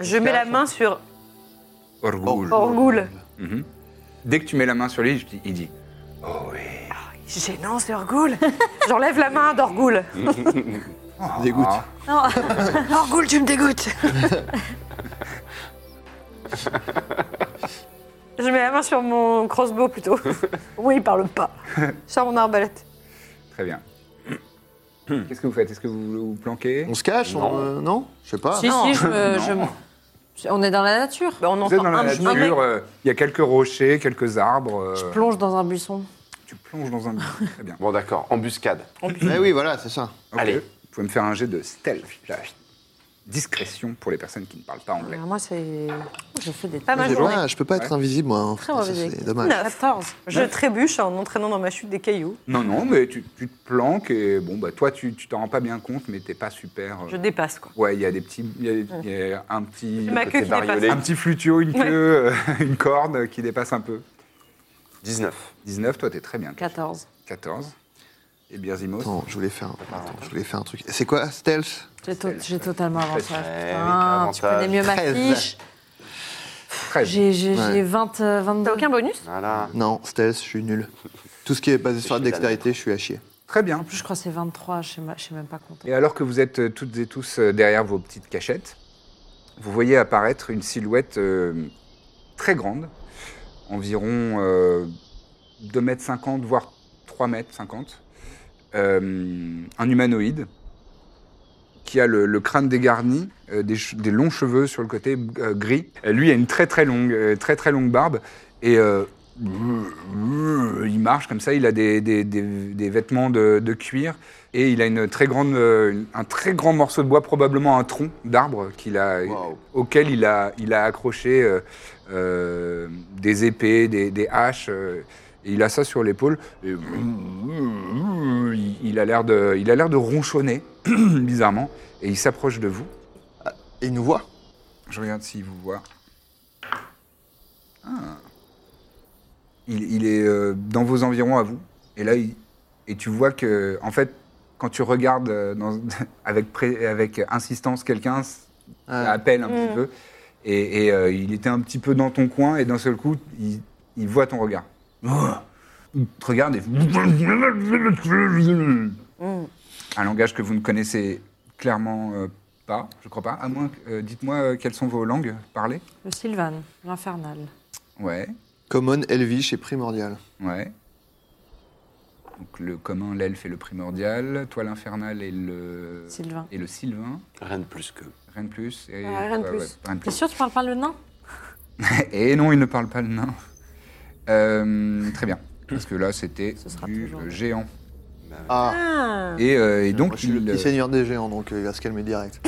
S3: Je mets la main sur
S1: Orgoul.
S3: Orgoul.
S1: Mhm. Dès que tu mets la main sur lui, je dis- il dit Oh oui.
S3: Gênant, c'est Orgoul. J'enlève la main d'Orgoul.
S2: Dégoûte.
S1: Ah.
S5: Non.
S3: Orgoul, tu me dégoûtes. Je mets la main sur mon crossbow plutôt. Oui, il parle pas. Je sors mon arbalète.
S1: Très bien. Qu'est-ce que vous faites Est-ce que vous vous planquez
S2: On se cache
S4: Non.
S2: on, euh, non Je sais pas.
S5: Si, si, je
S3: Euh,
S5: me- je
S1: Non.
S5: me- On est dans la nature.
S3: Bah, on
S1: Vous êtes
S3: entend
S1: dans la
S3: un je me mets-
S1: nature, euh, il y a quelques rochers, quelques arbres. euh,
S5: Je plonge dans un buisson.
S1: Tu plonges dans un. Très bien.
S4: Bon, d'accord. Embuscade.
S2: Eh oui, voilà, c'est ça.
S1: Ok.
S4: Allez.
S1: Vous pouvez me faire un jet de stealth. là. Discrétion pour les personnes qui ne parlent pas anglais.
S5: Alors, moi, c'est. Je fais des.
S3: Pas mal. Ma
S2: J'ai
S3: journée.
S2: pas- je peux pas être invisible, moi. hein.
S5: Très
S2: Ça,
S5: mauvaise
S2: C'est
S5: idée.
S2: dommage.
S5: 14.
S3: Je trébuche en entraînant dans ma chute des cailloux.
S1: Non, non, mais tu, tu te planques et bon, bah toi, tu tu t'en rends pas bien compte, mais t'es pas super. euh,
S3: Je dépasse, quoi.
S1: Ouais, il y a des petits. Il y a- il y, a un petit.
S3: Ma queue qui dépasse.
S4: bariolé.
S1: Un petit flutio, une
S3: Ouais.
S1: queue, euh, une corne qui dépasse un peu.
S4: 19.
S1: 19, toi, t'es très bien.
S5: 14.
S1: 14. Et Birzimos.
S2: Attends, je voulais faire un, attends, je voulais faire un truc. C'est quoi, stealth
S5: J'ai to- j'ai totalement avancé.
S4: Ouais,
S5: Putain,
S4: oui,
S5: tu
S4: avantage.
S5: connais mieux ma
S2: 13.
S5: fiche.
S1: 13.
S5: J'ai j'ai-
S2: Ouais.
S5: j'ai 20, euh, 22.
S3: T'as aucun bonus
S4: Voilà.
S2: Non, stealth, je suis nul. Tout ce qui est basé sur la
S4: chez Dana.
S2: dextérité, je suis à chier.
S1: Très bien.
S5: Je crois que c'est 23, je sais ma- je sais même pas compter.
S1: Et alors que vous êtes euh, toutes et tous euh, derrière vos petites cachettes, vous voyez apparaître une silhouette euh, très grande, environ 2 mètres 50, voire 3 mètres 50. Euh, un humanoïde qui a le, le crâne dégarni, euh, des, che- des longs cheveux sur le côté euh, gris. Euh, lui a une très très longue, euh, très très longue barbe et euh, il marche comme ça. Il a des, des- des- des vêtements de, de cuir et il a une très grande, euh, une- un très grand morceau de bois, probablement un tronc d'arbre qu'il a,
S4: Wow.
S1: auquel il a, il a accroché euh, euh, des épées, des, des haches. euh, et il a ça sur l'épaule. Et Il il a l'air de, il a l'air de ronchonner bizarrement et il s'approche de vous.
S2: Et il nous voit.
S1: Je regarde s'il vous voit. Ah. Il, il est euh, dans vos environs à vous. Et là, il- et tu vois que, en fait, quand tu regardes euh, dans- avec, pré- avec insistance quelqu'un, s- ça
S2: Ah.
S1: appelle un petit peu. Et, et, euh, il était un petit peu dans ton coin, et d'un seul coup, il, il voit ton regard. Il te regarde et. Un langage que vous ne connaissez clairement euh, pas, je crois pas. À moins que. euh, Dites-moi euh, quelles sont vos langues parlées.
S5: Le Sylvan, l'infernal.
S1: Ouais,
S2: Common, Elvish et Primordial.
S1: ouais. Donc le commun, l'elfe et le primordial. Toi, l'infernal et le.
S5: Sylvain.
S1: Et le sylvain.
S4: Rien de plus que.
S1: Rien de plus. Et,
S3: Ah, rien de
S1: ouais,
S3: plus.
S1: ouais, rien de
S5: T'es
S1: plus.
S5: sûr, tu parles pas le nain
S1: Et non, il ne parle pas le nain. Euh, très bien. Parce que là, c'était
S5: Ce sera
S1: du
S5: toujours
S1: euh,
S5: bon.
S1: géant.
S2: Ah,
S3: Ah.
S1: Et, euh, et
S2: moi,
S1: donc,
S2: je suis le
S1: il,
S2: petit
S1: euh,
S2: seigneur des géants, donc euh, il va se calmer direct.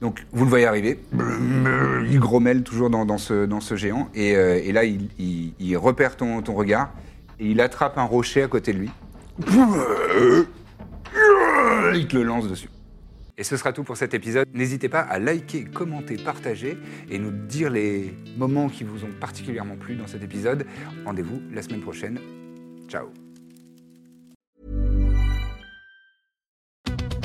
S1: Donc vous le voyez arriver, Euh, il grommelle toujours dans, dans ce, dans ce géant, et, euh, et là il, il- il repère ton, ton regard, et il attrape un rocher à côté de lui. Euh, Il te le lance dessus. Et ce sera tout pour cet épisode. N'hésitez pas à liker, commenter, partager et nous dire les moments qui vous ont particulièrement plu dans cet épisode. Rendez-vous la semaine prochaine. Ciao